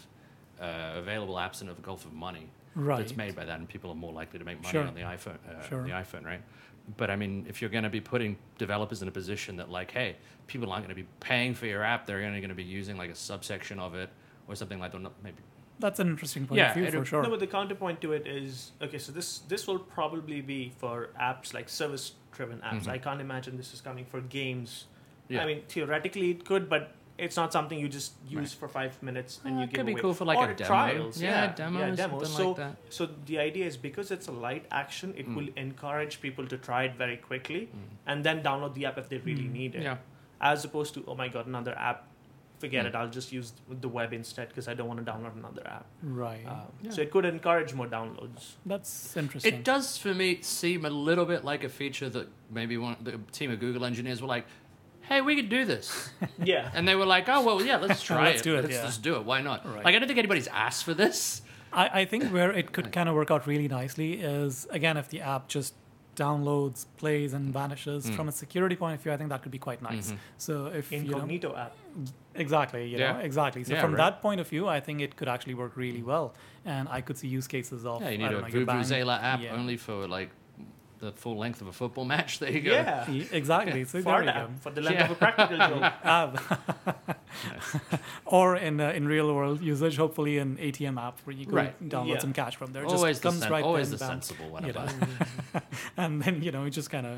B: uh, available apps and a gulf of money that's
C: Right.
B: made by that, and people are more likely to make money
C: Sure.
B: on the iPhone, uh,
C: Sure.
B: the iPhone, right? But I mean, if you're going to be putting developers in a position that, like, hey, people aren't going to be paying for your app; they're only going to be using like a subsection of it or something like that. Not, maybe
C: That's an interesting point
B: Yeah,
C: of view
B: it-
C: for sure.
A: No, but the counterpoint to it is okay. So this this will probably be for apps like service driven apps.
B: Mhm.
A: I can't imagine this is coming for games.
B: Yeah.
A: I mean, theoretically it could, but it's not something you just use
B: Right.
A: for five minutes and
B: Uh,
A: you
B: it
A: give
B: could be
A: away.
B: cool for, like,
A: or
B: a demo.
A: trials.
B: Yeah,
A: Yeah,
B: a demo or
A: demos.
B: something
A: So
B: like that.
A: so the idea is because it's a light action,
B: Mm.
A: it will encourage people to try it very quickly and then download the app if they really
B: Mm.
A: need it,
B: yeah,
A: as opposed to oh my god another app. Forget it. I'll just use the web instead because I don't want to download another app.
C: right.
A: Um,
B: Yeah.
A: So it could encourage more downloads.
C: that's interesting.
B: Uh, it does for me seem a little bit like a feature that maybe one the team of Google engineers were like, "Hey, we could do this."
A: Yeah.
B: And they were like, "Oh <laughs> well, yeah, let's try
C: Let's
B: it.
C: do it,
B: Let's
C: yeah.
B: just do it. Why not?"
C: Right.
B: Like, I don't think anybody's asked for this.
C: I, I think where it could kind of work out really nicely is again if the app just downloads, plays, and vanishes
B: Hmm.
C: from a security point of view. I think that could be quite nice. So if you
A: Incognito app.
C: know, exactly, you know,
B: Mm-hmm. Yeah.
C: exactly. So
B: Yeah,
C: from
B: right.
C: that point of view, I think it could actually work really well, and I could see use cases of
B: Yeah, you need
C: I
B: a
C: don't know, your bank-
B: Vuvuzela app
C: yeah.
B: only for like the full length of a football <laughs> match. There you go.
A: Yeah.
C: Y- E, Exactly. So there
A: Fart
C: you go.
A: app for the length
B: Yeah.
A: of a practical joke.
C: App. <laughs> or in uh, in real world usage, hopefully an ATM app where you could
B: Right.
C: download
A: Yeah.
C: some cash from there. It
B: Always
C: just
B: the,
C: comes
B: sen-
C: right
B: always the
C: then, bam.
B: sensible one
C: you
B: of
C: know.
B: us.
A: Mm.
C: and then you know it just kind of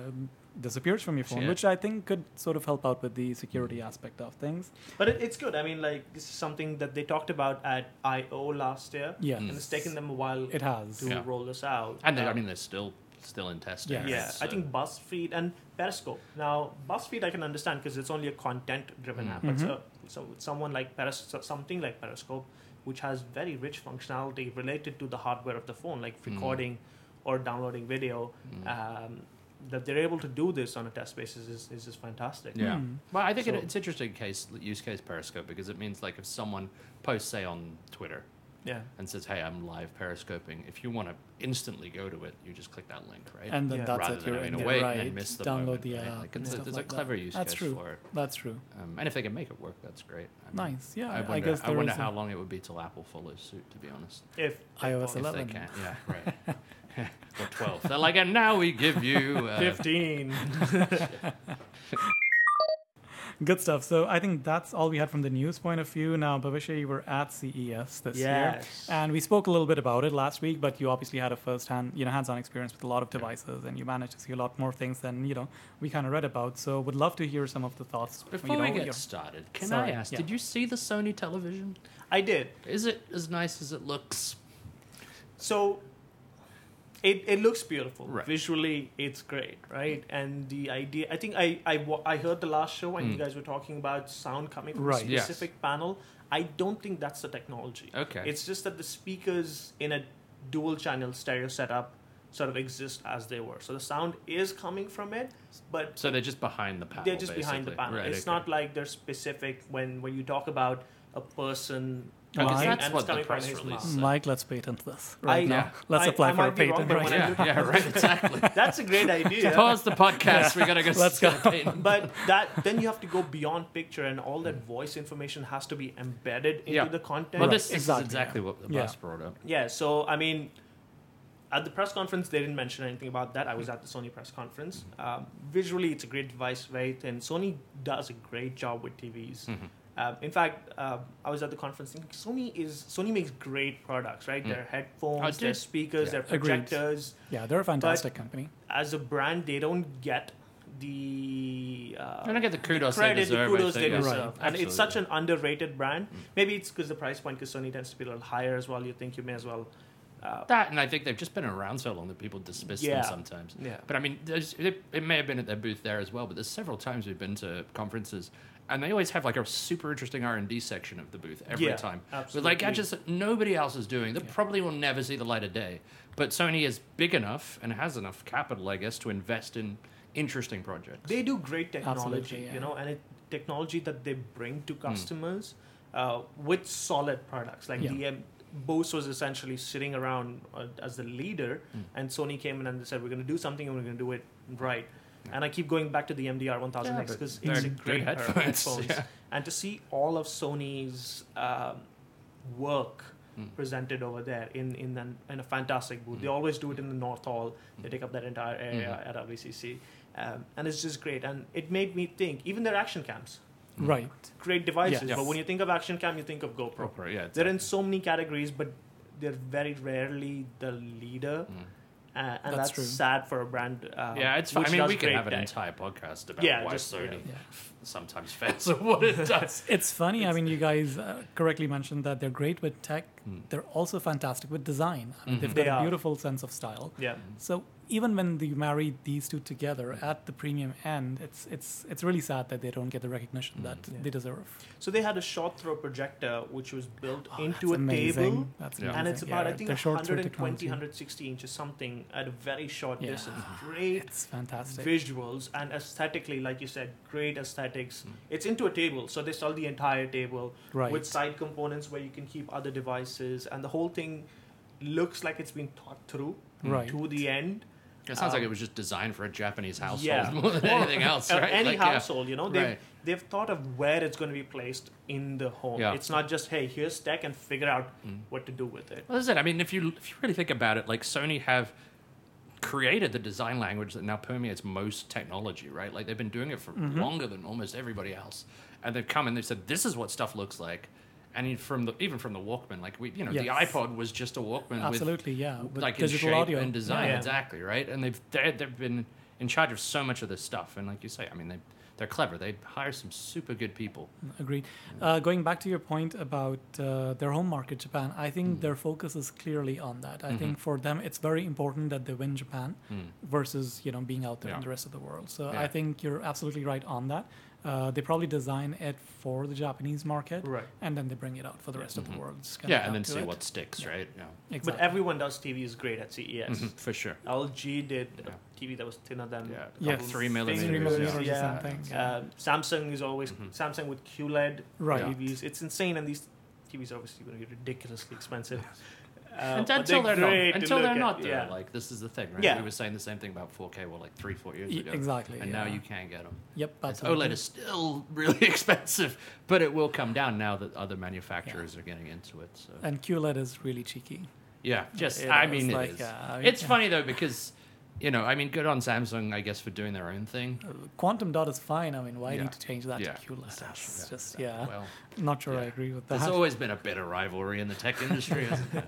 C: disappears from your phone,
B: Yeah. Mm.
C: which I think could sort of help out with the security aspect of things.
A: But it, it's good. I mean, like, this is something that they talked about at I.O. last year.
C: Yeah,
B: Mm.
A: And it's taken them a while
C: Hmm. it has.
A: to
B: Yeah.
A: roll this out.
B: And they, I
A: Um,
B: mean, they're still still in testing.
C: Yeah.
B: right?
A: yeah,
B: So-
A: I think BuzzFeed and Periscope. Now, BuzzFeed I can understand because it's only a content-driven app.
B: Mm-hmm.
A: But so,
C: Mm-hmm.
A: so someone like Peris- so- something like Periscope, which has very rich functionality related to the hardware of the phone, like
B: Mm.
A: recording or downloading video,
C: uh,
A: um, that they're able to do this on a test basis is, is just fantastic.
B: Yeah.
C: Mm.
B: Well, I think it,
A: So-
B: it's interesting case use case Periscope because it means like if someone posts say on Twitter
A: Yeah.
B: and says, "Hey, I'm live periscoping." If you want to instantly go to it, you just click that link, right?
C: and then
A: Yeah.
C: that's
B: Rather
C: it.
B: than
C: You're
B: having to
C: in there,
B: wait
C: right?
B: and miss the
C: Download
B: moment,
C: the
B: right?
C: app.
B: Like,
C: and
B: it's a-
C: stuff
B: there's a
C: like that.
B: clever use
C: That's
B: case
C: true.
B: for it.
C: That's true.
B: Um, and if they can make it work, that's great. I mean,
C: Nice. Yeah.
B: I
C: I,
B: wonder,
C: guess
B: I
C: there
B: wonder
C: is
B: how
C: a-
B: long it would be till Apple follows suit, to be honest.
A: If
C: iOS
B: If
C: 11.
B: they can.
A: <laughs>
B: Yeah, right. <laughs> or 12. They're like, and now we give
A: <laughs>
B: you. Uh,
A: 15.
C: Good stuff. So I think that's all we had from the news point of view. Now, Bhavisha, you were at CES this year. Uh,
A: Yes.
C: And we spoke a little bit about it last week, but you obviously had a first-hand, you know, hands-on experience with a lot of devices, and you managed to see a lot more things than you know we kind of read about. So, would love to hear some of the thoughts. you
B: Before we
C: know,
B: get
C: your-
B: started, can
C: Sorry,
B: I ask,
C: yeah.
B: did you see the Sony television?
A: I did.
B: Is it as nice as it looks?
A: So it, it looks beautiful.
B: Right. Mm.
A: Visually, it's great, right? And the idea, I think I, I, wa- I heard the last show when you
B: Mm.
A: guys were talking about sound coming from
C: Right.
A: a
B: Yes.
A: specific panel. I don't think that's the technology.
B: Okay.
A: It's just that the speakers in a dual channel stereo setup sort of exist as they were. So the sound is coming from it, but
B: so they're just behind the panel.
A: they're just behind the
B: basically.
A: panel.
B: Right,
A: it's
B: okay.
A: not like they're specific when, when you talk about a person.
B: Okay,
C: Mike-
A: and
B: that's
A: it's
B: what the
A: coming from
B: press
A: his
B: release
A: mouth.
B: said.
C: Mike, let's patent this
A: I-
C: right now.
B: Yeah.
C: Let's
A: I-
C: apply
A: I
C: for
A: might
C: a
A: be wrong,
C: patent
A: but
C: right
A: when I
C: now.
B: Yeah, yeah, right,
A: <laughs>
B: exactly.
A: That's a
B: <laughs>
A: great idea.
B: Pause the podcast. We
A: <laughs>
B: gotta go.
C: Let's go.
B: start painting.
A: but that then you have to go beyond picture and all that voice information has to be embedded into
B: Yeah.
A: the content
B: Well, this
C: exactly,
B: is exactly what the
C: Yeah.
B: boss brought up.
A: yeah so i mean at the press conference they didn't mention anything about that i was at the sony press conference um, visually it's a great device very thin sony does a great job with tvs
B: Mm-hmm.
A: Um, in fact, um I was at the conference thinking Sony is Sony makes great products, right?
B: Mm.
A: Their headphones,
B: I
A: their
B: did-
A: speakers,
B: Oh, yeah.
A: their
C: Agreed.
A: projectors.
C: Yeah, they're a fantastic company.
A: As a brand, they don't get the uh,
B: I don't get the kudos they
A: credit,
B: deserve.
A: the
B: I
A: kudos they
B: think.
A: deserve.
C: Right.
A: And it's such
B: Absolutely.
A: an underrated brand. Maybe it's because the price point, because Sony tends to be a little higher as well. You think you may as well. Uh,
B: that, and I think they've just been around so long that people dismiss
A: Yeah.
B: them sometimes.
A: Yeah.
B: But I mean, there's, it, it may have been at their booth there as well. But there's several times we've been to conferences, and they always have like a super interesting R and D section of the booth every
A: Yeah,
B: time. With
A: absolutely.
B: like gadgets that nobody else is doing, that probably will never see the light of day. But Sony is big enough and has enough capital, I guess, to invest in interesting projects.
A: they do great
C: Absolutely,
A: technology,
C: yeah.
A: you know, and it, technology that they bring to customers uh, with solid products. Like
C: Yeah.
A: the um, Bose was essentially sitting around uh, as the leader, and Sony came in and they said, "We're going to do something, and we're going to do it right." And I keep going back to the MDR 1000X
B: Yeah,
A: because it's
B: but
A: a
B: they're
A: great
B: good
A: pair of
B: headphones,
A: headphones.
B: yeah.
A: And to see all of Sony's um, work
B: Hmm.
A: presented over there in in, an, in a fantastic booth. They always do it in the North Hall. They take up that entire
B: Hmm.
A: area at WCC, um, and it's just great. And it made me think. Even their action cams,
C: Right.
A: great devices.
C: Yes.
A: But when you think of action cam, you think of GoPro.
B: Proper, yeah.
A: They're in so many categories, but they're very rarely the leader. Uh, and
C: That's
A: that's,
C: true.
A: sad for a brand. Uh,
B: hmm. Yeah, it's. Fine.
A: which
B: I mean,
A: does
B: we could
A: great
B: have an
A: tech.
B: entire podcast about
A: Yeah,
B: why
A: just-
B: Sony
A: yeah.
C: Yeah.
B: f- sometimes <laughs> fails at what it
A: <laughs>
B: does.
C: It's funny. I mean, you guys uh, correctly mentioned that they're great with tech.
B: Hmm.
C: They're also fantastic with design. I mean, They've got
A: Mm-hmm. They
C: a
A: are.
C: beautiful sense of style.
A: Yeah.
C: So even when they marry these two together at the premium end, it's it's it's really sad that they don't get the recognition that
A: Yeah.
B: Mm.
C: they deserve.
A: So they had a short throw projector which was built
C: Oh,
A: into a
C: that's amazing.
A: table.
C: That's
B: Yeah.
A: and it's
C: amazing.
A: about
C: Yeah,
A: I think
C: their short throw
A: 120,
C: technology.
A: 160 inches something at a very short
C: Yeah.
A: distance. Great
C: It's fantastic.
A: visuals and aesthetically, like you said, great aesthetics. It's into a table, so they sell the entire table
C: Hmm. Right.
A: with side components where you can keep other devices, and the whole thing looks like it's been thought through
C: Right.
A: to the end.
B: It sounds like
A: Um,
B: it was just designed for a Japanese household
A: yeah.
B: more than anything else,
A: Uh,
B: right?
A: Any
B: Like, yeah.
A: household, you know, they've,
B: Right.
A: they've thought of where it's going to be placed in the home.
B: Yeah. Hmm.
A: It's not just hey, here's tech and figure out what to do with it.
B: Well, that's it. I mean, if you if you really think about it, like Sony have created the design language that now permeates most technology, right? Like they've been doing it for
A: Mm-hmm.
B: longer than almost everybody else, and they've come and they've said, "This is what stuff looks like." And even from the even from the Walkman, like we, you know, the
C: Yes.
B: iPod was just a Walkman with
C: Absolutely, yeah. With
B: like
C: digital
B: in shape
C: audio
B: and design,
A: Yeah.
B: exactly right. And they've they're, they've been in charge of so much of this stuff, and like you say, I mean, they they're clever. They hire some super good people.
C: Agreed. Uh, going back to your point about uh, their home market, Japan, I think
B: Mm.
C: their focus is clearly on that. I
B: Mm-hmm.
C: think for them, it's very important that they win Japan versus you know being out there in
B: Mm. Yeah.
C: the rest of the world. So I
B: Yeah.
C: think you're absolutely right on that. Uh, they probably design it for the Japanese market,
A: Right.
C: and then they bring it out for the rest of the world. It's kinda
B: Mm-hmm. Yeah,
C: down
B: and then
C: to
B: see
C: it.
B: what sticks, right? Yeah, Mm-hmm,
C: Exactly.
A: But everyone does TV is great at E CES.
B: for sure.
A: LG did
B: Yeah.
A: a Uh, TV that was thinner than
B: Yeah,
A: yeah,
C: Yes.
B: three
A: millimeters,
B: millimeters.
C: Three millimeters
A: yeah.
C: or something.
B: Mm-hmm.
A: Uh, Samsung is always Samsung with QLED
C: Right.
A: TVs. It's insane, and these TVs are obviously going to be ridiculously expensive. <laughs> Uh,
C: Um,
A: but
B: until they're,
A: great to
B: not, until
A: look
B: they're
A: at,
B: not, though.
A: yeah.
B: Like this is the thing, right?
A: Yeah.
B: We were saying the same thing about 4K, well, like three, four years
C: Y-
B: ago.
C: E, exactly,
B: And now
C: yeah.
B: you can get them.
C: Yep, absolutely.
B: OLED E is still <laughs> really expensive, but it will come down now that other manufacturers are getting into it. So
C: And QLED is really cheeky.
B: yeah, just
C: It
B: I
C: is,
B: mean, it
C: like,
B: is.
C: uh,
B: it's
C: yeah.
B: funny though because you know, I mean, good on Samsung, I guess, for doing their own thing.
C: Quantum dot is fine. I mean, why
B: Yeah.
C: need to change that
B: Yeah.
C: to QLED? It's
B: Yeah.
C: just yeah.
B: Well,
C: not sure I
B: yeah.
C: agree with
B: there's
C: that.
B: always been a bit of rivalry in the tech industry. isn't there?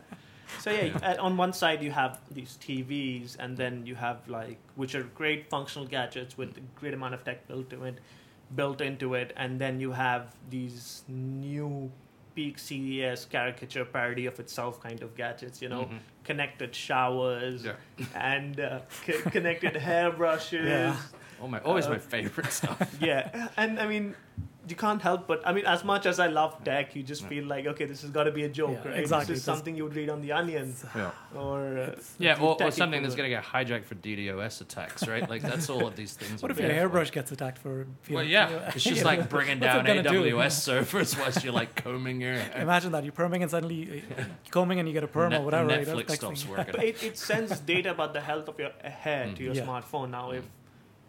A: So yeah, at, on one side you have these TVs, and then you have like which are great functional gadgets with a great amount of tech built to it, built into it, and then you have these new peak CES caricature parody of itself kind of
C: <laughs>
A: gadgets. You know,
B: Mhm.
C: Mm-hmm.
A: connected showers
B: Yeah.
A: and uh,
B: <laughs>
A: c- connected hairbrushes.
C: Yeah.
B: Oh my, always
A: Uh,
B: my favorite <laughs>
C: <laughs>
B: stuff.
A: yeah, and I mean, you can't help but I mean, as much as I love tech, you just
B: Yeah.
A: feel like okay, this has got to be a joke,
C: Yeah,
A: right?
C: exactly.
A: This is
C: This-
A: something you would read on the Onion
B: Yeah.
A: or uh,
B: Yeah,
A: the
B: or, or
A: tech
B: something that's
A: equivalent.
B: going to get hijacked for DDoS attacks, right? Like that's all of these things.
C: What
B: are
C: if your
B: made for.
C: hairbrush gets attacked for?
B: Well,
C: <laughs>
B: yeah, it's just like bringing
C: What's it
B: down
C: gonna
B: AWS
C: do?
B: servers <laughs> whilst you're like combing
C: <laughs>
B: your hair.
C: Imagine that you're perming and suddenly
B: <laughs>
C: uh, combing and you get a perm
B: Net-
C: or whatever. you know,
B: Netflix
C: next
B: stops
C: thing-
A: But
C: <laughs>
B: working.
A: it, it sends data about the health of your hair
B: Mm.
A: to your
C: Yeah.
A: smartphone. Now, if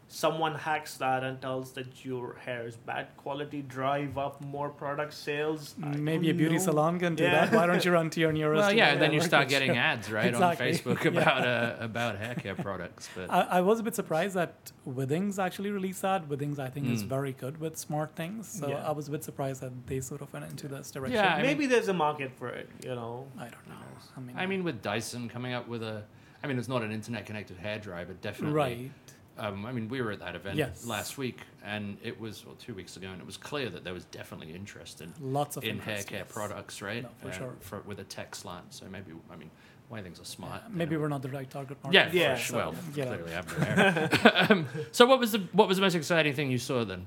A: someone hacks that and tells that your hair is bad quality, drive up more product sales. I
C: Maybe a
A: don't
C: beauty
A: know.
C: salon can do
A: Mm, Yeah.
C: that. Why don't you run to your nearest?
B: Well, yeah,
C: and
B: then you
C: work
B: start
C: with-
B: getting ads right
C: Exactly.
B: on Facebook
C: <laughs> Yeah.
B: about uh, about hair care
C: <laughs>
B: products. But
C: <laughs> I, I was a bit surprised that Withings actually released that. Withings, I think, is
B: Mm.
C: very good with smart things. So
A: Yeah.
C: I was a bit surprised that they sort of went into this direction.
B: Yeah, I mean-
A: Maybe there's a market for it. You know.
C: I don't know. I mean,
B: I mean, with Dyson coming up with a, I mean, it's not an internet connected hair dryer, but definitely.
C: right.
B: Um, I mean, we were at that event
C: Yes.
B: last week, and it was well, two weeks ago, and it was clear that there was definitely interest in
C: Lots of
B: in hair
C: interest,
B: care
C: yes.
B: products, right? Uh,
C: No, for sure.
B: For, with a tech slant, so maybe I mean, why things are
C: Yeah,
B: smart.
C: maybe
B: you know.
C: we're not the right target market.
B: Yeah,
C: for
A: Yeah.
B: yeah.
C: it,
B: Fresh,
C: so,
B: well,
C: you know.
B: clearly I'm aware. um, so what was the what was the most exciting thing you saw then?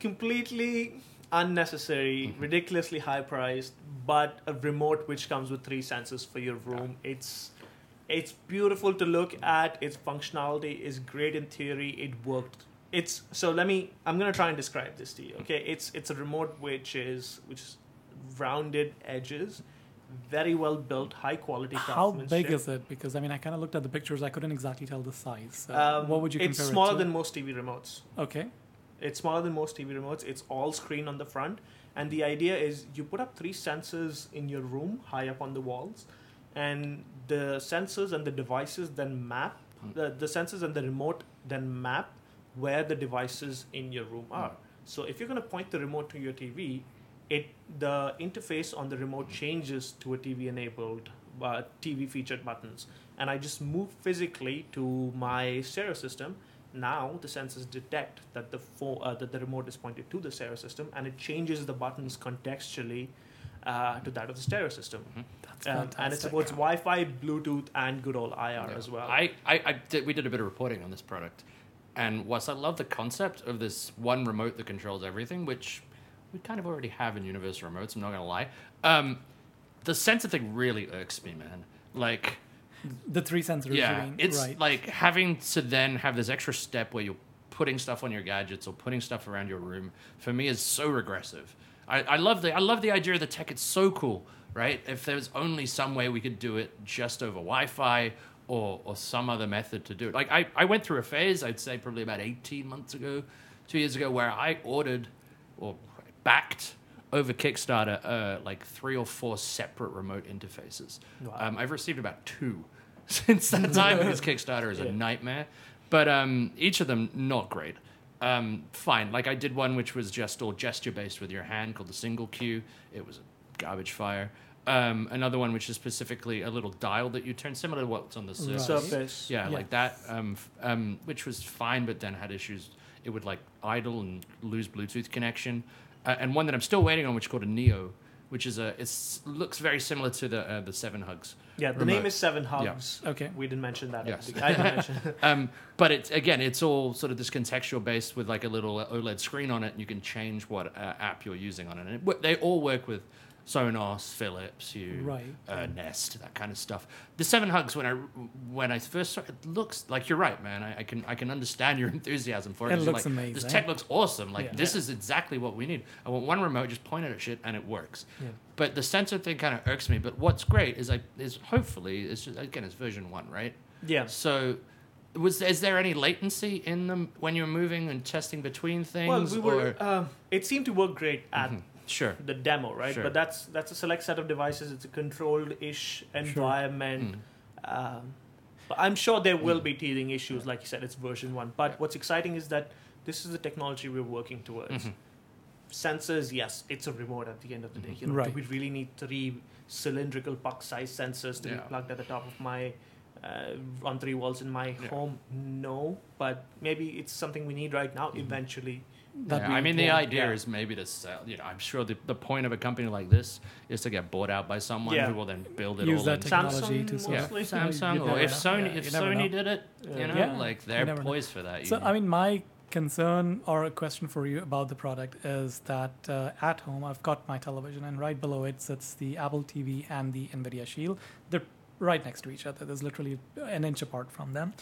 A: completely unnecessary,
C: Mm-hmm.
A: ridiculously high priced, but a remote which comes with three sensors for your room. It's it's beautiful to look at. Its functionality is great in theory. It worked. It's so let me I'm gonna try and describe this to you. Okay.
C: Mm-hmm.
A: It's it's a remote which is which is rounded edges, very well built, high quality
C: How big
A: craftsmanship.
C: is it? Because I mean, I kind of looked at the pictures. I couldn't exactly tell the size. So
A: um,
C: what would you
A: it's
C: compare
A: smaller
C: it to?
A: than most TV remotes.
C: Okay.
A: It's smaller than most TV remotes. It's all screen on the front. And the idea is you put up three sensors in your room high up on the walls, and the sensors and the devices then map the, the sensors and the remote then map where the devices in your room are. So if you're going to point the remote to your TV, it the interface on the remote changes to a TV enabled uh, TV featured buttons, and I just move physically to my stereo system. Now the sensors detect that the fo- uh, that the remote is pointed to the stereo system, and it changes the buttons contextually uh, to that of the stereo system.
B: Mm-hmm.
C: That's
A: Um,
C: fantastic.
A: and it supports Wi-Fi, Bluetooth, and good old IR
B: Yeah.
A: as well.
B: I, I, I did, we did a bit of reporting on this product, and whilst I love the concept of this one remote that controls everything, which we kind of already have in universal remotes. I'm not gonna lie. Um, the sensor thing really irks me, man. Like,
C: the three sensors.
B: yeah,
C: you mean?
B: it's
C: right.
B: like having to then have this extra step where you're putting stuff on your gadgets or putting stuff around your room. For me, is so regressive. I, I love the I love the idea of the tech. It's so cool, right? If there's only some way we could do it just over Wi-Fi or or some other method to do it. Like I, I went through a phase. I'd say probably about eighteen months ago, two years ago, where I ordered or backed over Kickstarter uh, like three or four separate remote interfaces.
A: Wow.
B: Um, I've received about two <laughs>
A: <laughs>
B: since that time because Kickstarter is
A: Yeah.
B: a nightmare. But um, each of them not great. Um, fine. Like I did one which was just all gesture based with your hand called the single cue. It was a garbage fire. Um, another one which is specifically a little dial that you turn, similar to what's on the
C: Right.
B: surface.
A: Surface.
B: Yeah,
C: Yeah.
B: like that, um, f- um, which was fine, but then had issues. It would like idle and lose Bluetooth connection, uh, and one that I'm still waiting on, which is called a Neo, which is a it looks very similar to the uh, the Seven Hugs,
A: Yeah, the
B: Remote.
A: name is Seven Hugs.
C: Okay.
A: We didn't mention that. at
B: Yes.
A: the- I didn't
B: <laughs>
A: mention. <laughs>
B: um, but it's again it's all sort of this contextual based E uh, with like a little OLED screen on it, and you can change what uh, app you're using on it, and it, wo- they all work with Sonos, Philips, you
C: Right.
B: uh, Nest, that kind of stuff. The Seven Hugs. When I when I first saw it, it looks like you're right, man. I, I can I can understand your <laughs> enthusiasm for it.
C: It
B: 'cause you're
C: looks
B: like, This
C: amazing.
B: tech looks awesome. Like
A: Yeah.
B: this is exactly what we need. I want one remote, just point it at shit, and it works.
A: Yeah.
B: But the sensor thing kind of irks me. But what's great is I is hopefully it's just, again it's version one, right?
A: Yeah.
B: So, was is there any latency in them when you're moving and testing between things?
A: Well, we were.
B: or-
A: Uh, it seemed to work great at
B: Mhm. sure.
A: the demo, right?
B: Sure.
A: But that's that's a select set of devices. It's a controlled-ish environment. Um, but I'm sure there will be teething issues, like you said. It's version one. But
B: Yeah.
A: what's exciting is that this is the technology we're working towards.
B: Mhm.
A: Sensors, yes, it's a remote at the end of the day.
B: Mhm.
A: You know,
C: Right.
A: do we really need three cylindrical puck-sized sensors to be
B: Yeah.
A: plugged at the top of my uh, on three walls in my
B: Yeah.
A: home? No, but maybe it's something we need right now.
B: Mhm.
A: Eventually,
C: That'd
B: Yeah,
C: be
B: I mean, the
C: important.
B: idea
A: yeah.
B: is maybe to sell. You know, I'm sure the, the point of a company like this is to get bought out by someone
A: Yeah.
B: who will then build it
C: Use
B: all.
C: that
B: in-
C: to- Technology
A: Samsung
C: to sort
B: yeah,
C: of-
A: mostly.
B: Samsung.
C: You
B: Or if
C: never
B: Sony,
C: know. Yeah,
B: if
C: you never
B: Sony
C: know.
B: did it, you
A: Yeah.
B: know,
C: Yeah,
B: like
C: you
B: they're
C: never know.
B: poised for that.
C: So,
B: you-
C: I mean, my concern or a question for you about the product is that uh, at home I've got my television, and right below it sits the Apple TV and the NVIDIA Shield. They're right next to each other, there's literally an inch apart from them.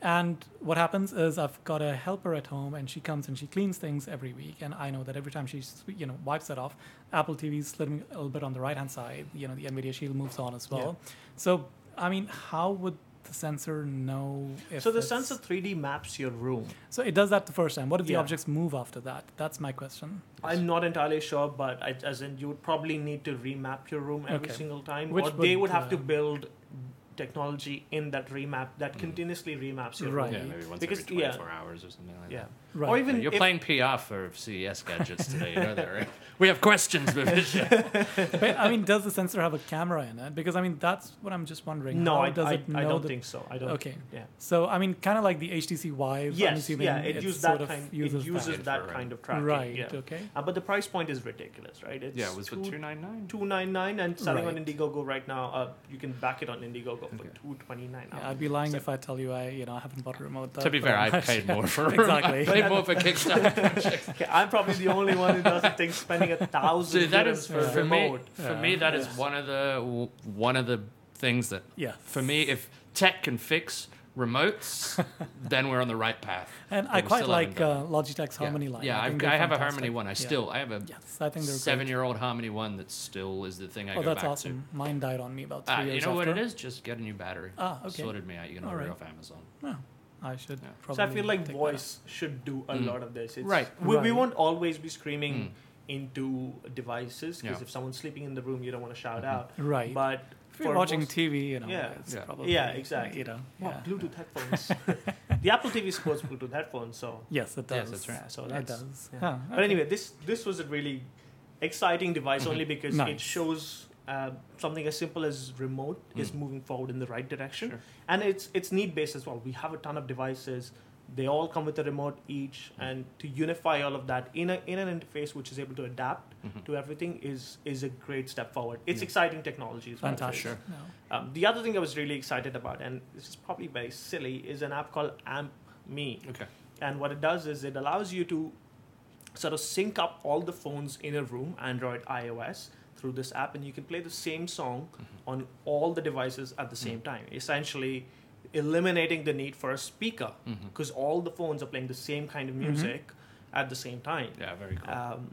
C: And what happens is I've got a helper at home, and she comes and she cleans things every week. And I know that every time she, you know, wipes it off, Apple TV is slid a little bit on the right hand side. You know, the Nvidia Shield moves on as well. So, I mean, how would the sensor know if
A: so the
C: it's-
A: sensor 3D maps your room.
C: so it does that the first time. What if the
A: Yeah.
C: objects move after that? That's my question.
A: I'm not entirely sure, but I, as in you would probably need to remap your room every
C: Okay.
A: single time,
C: Which
A: or they
C: would,
A: would have to
C: uh,
A: build technology in that remap that continuously remaps your
C: Hmm. Right.
A: room.
B: yeah, maybe once
A: Because-
B: every
A: yeah.
B: 24 hours or something like
A: Yeah.
B: that.
C: Right.
A: Or
B: Yeah,
A: even
B: You're
A: if-
B: playing PR for CES gadgets today, you know that, right? <laughs> We have
C: <laughs>
B: questions, Vivish.
C: But, I mean, does the sensor have a camera in it? Because I mean, that's what I'm just wondering.
A: No,
C: How
A: I,
C: does
A: I,
C: it know
A: I don't
C: that-
A: think so. I don't.
C: Okay.
A: Yeah.
C: So I mean, kind of like the HTC Vive. I'm
A: Yes.
C: assuming
A: Yeah. It
C: it's
A: uses
C: sort
A: that
C: of
A: kind. It
C: uses
A: uses
B: that.
A: that
B: Infrared.
A: kind of tracking.
C: right.
A: Yeah.
C: Okay.
A: Uh, but the price point is ridiculous, right? It's
B: yeah, it was for
A: two-
B: 299.
A: 299 and selling on
C: Right.
A: Indiegogo right now. Uh, you can back it on Indiegogo for
B: Okay.
A: 229.
C: Yeah, I'd be lying if I tell you I, you know, I haven't bought a remote.
B: To be
C: though,
B: fair,
C: but-
B: I paid more for <laughs>
C: Exactly.
B: I paid more for Kickstarter
C: <laughs>
A: Okay, I'm probably the only one who doesn't think spending a thousand
B: So that is
A: for
B: for,
A: a
C: Yeah.
B: me.
A: remote.
B: For me, that is one of the one of the things that
C: <laughs> Yeah.
B: for me, if tech can fix
C: <laughs>
B: remotes, then we're on the right path.
C: And
B: But
C: I
B: we
C: quite
B: still haven't
C: like
B: done
C: uh, Logitech's
B: it. Yeah.
C: Harmony line.
B: Yeah,
C: think
B: I've,
C: they're
B: I have a
C: fantastic.
B: Harmony one. I
C: Yeah.
B: still I have a
C: Yes, I think they're great.
B: seven-year-old Harmony one that still is the thing I
C: Oh,
B: go
C: that's
B: back
C: awesome. Mine died on me about
B: to.
C: three
B: Ah,
C: years
B: you know what
C: after.
B: it is? Just get a new battery.
C: Ah, okay.
B: Sorted me out. You can
C: All
B: order off
C: right.
B: Amazon.
C: Oh, I should
B: Yeah.
C: probably.
A: So I feel like
C: take that up.
A: voice should do a
B: Mm.
A: lot of this. It's,
B: Right. Mm.
A: We, we
C: Right.
A: won't always be screaming into devices because
B: Yeah. Mm-hmm.
A: if someone's sleeping in the room, you don't want to shout out.
C: Right.
A: But
C: If you're
A: for
C: watching
A: most-
C: TV, you know,
A: Yeah.
C: it's
B: Yeah.
C: probably
A: Yeah, exactly.
C: You know,
A: Wow,
C: yeah.
A: Bluetooth headphones. <laughs> the Apple TV supports Bluetooth headphones, so
C: Yes, it does.
B: Yes, that's right.
A: yeah, so
C: It
A: that's.
C: does.
A: yeah.
C: Huh,
A: But
C: okay.
A: anyway, this this was a really exciting device
B: Mm-hmm.
A: only because it
C: Nice.
A: shows uh, something as simple as remote is
B: Mm.
A: moving forward in the right direction,
B: Sure.
A: and it's it's need based as well. We have a ton of devices. They all come with a remote each,
B: Mm.
A: and to unify all of that in a in an interface which is able to adapt
B: Mhm.
A: to everything is is a great step forward. It's
B: Yeah.
A: exciting technology. Is what I'd say.
C: fantastic.
B: Sure.
C: No.
A: Um, the other thing I was really excited about, and this is probably very silly, is an app called Amp Me.
B: Okay.
A: And what it does is it allows you to sort of sync up all the phones in a room, Android, iOS, through this app, and you can play the same song on all the devices at the same time, essentially eliminating the need for a speaker
B: hmm
A: because all the phones are playing the same kind of music at the same time.
B: Yeah, very cool.
A: Um,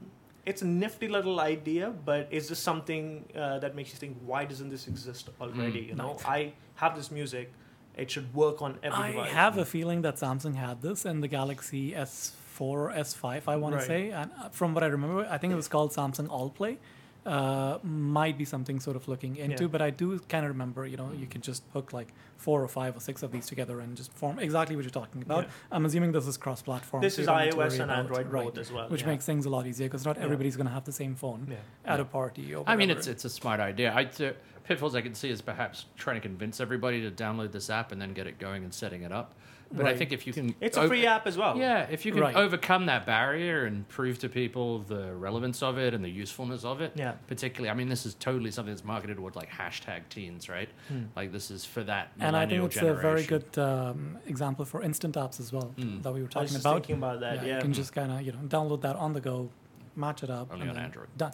A: it's a nifty little idea, but it's just something uh, that makes you think, why doesn't this exist already?
B: Mm.
A: You know,
C: Nice.
A: I have this music, it should work on every
C: I
A: device.
C: have a feeling that Samsung had this in the Galaxy S4, S5, I want
A: Right.
C: to say. And uh, from what I remember, I think it was called Samsung All Play. Uh, might be something sort of looking into,
A: Yeah.
C: but I do kind of remember, you know, you can just hook like four or five or six of these together and just form exactly what you're talking about.
A: Yeah.
C: I'm assuming this is cross-platform.
A: This
C: so you
A: is
C: don't need to worry
A: iOS and
C: about-
A: Android
C: right?
A: both as well.
C: which
A: yeah.
C: makes things a lot easier because not
A: Yeah.
C: everybody's going to have the same phone
A: yeah.
C: at
B: Yeah.
C: a party. Or
B: I mean,
C: whatever.
B: it's it's a smart idea. I th- pitfalls I can see is perhaps trying to convince everybody to download this app and then get it going and setting it up. But I
C: Right.
B: think if you can,
A: It's a
B: ov-
A: free app as well.
B: Yeah, if you can
C: Oh, Right.
B: overcome that barrier and prove to people the relevance of it and the usefulness of it,
A: Yeah.
B: particularly, I mean, this is totally something that's marketed towards like hashtag teens, right? Like this is for that
C: Hmm. and I think
B: millennial
C: it's
B: generation.
C: a very good um, example for instant apps as well
B: Mm.
C: that we were
A: Hmm. I was
C: talking
A: just
C: about.
A: thinking about that.
C: you
A: Yeah.
C: can just kind of you know download that on the go, match it up.
B: Only
C: and
B: on
C: then
B: Android.
C: Done.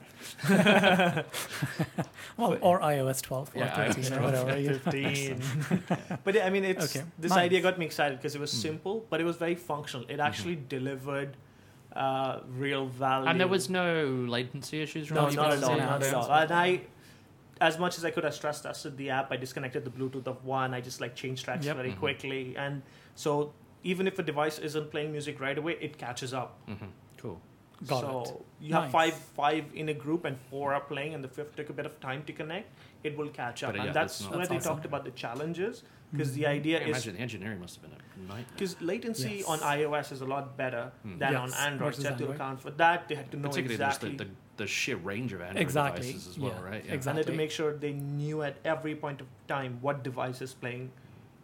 A: <laughs>
C: <laughs> well, or iOS 12 or
B: Yeah,
C: 13
B: iOS
C: or
A: <laughs>
C: whatever. you-
A: 15. <laughs> but yeah, I mean, it's
C: Okay, Hmm.
A: this
C: nice.
A: idea got me excited because it was simple, but it was very functional.
C: Mm-hmm.
A: It actually delivered uh, real value.
B: And there was no latency issues.
A: no,
C: you
A: not
C: can
A: at all,
C: see
A: not
C: that.
A: at all. And I, as much as I could, I stress tested the app. I disconnected the Bluetooth of one. I just like changed tracks
C: Yep.
A: very
B: Mhm.
A: quickly, and so even if a device isn't playing music right away, it catches up.
B: Mm-hmm. Cool.
C: Got it.
A: so you have
C: Nice.
A: five five in a group and four are playing and the fifth took a bit of time to connect it will catch up
B: But, yeah,
A: and
B: that's
A: that's,
B: not-
A: where
C: That's
A: they
C: awesome.
A: talked about the challenges because
C: Mhm.
A: the idea
B: I
A: is
B: imagine the engineering must have been a nightmare.
A: because latency
C: Yes.
A: on ios is a lot better
B: Hmm.
A: than
C: Yes,
A: on android
C: versus
A: so you have to
C: Android.
A: account for that they had to know
B: Particularly
A: exactly
B: just the, the, the sheer range of Android
C: Exactly,
B: devices as well,
C: yeah,
A: and
B: right?
A: they had to
C: Exactly.
A: make sure they knew at every point of time what device is playing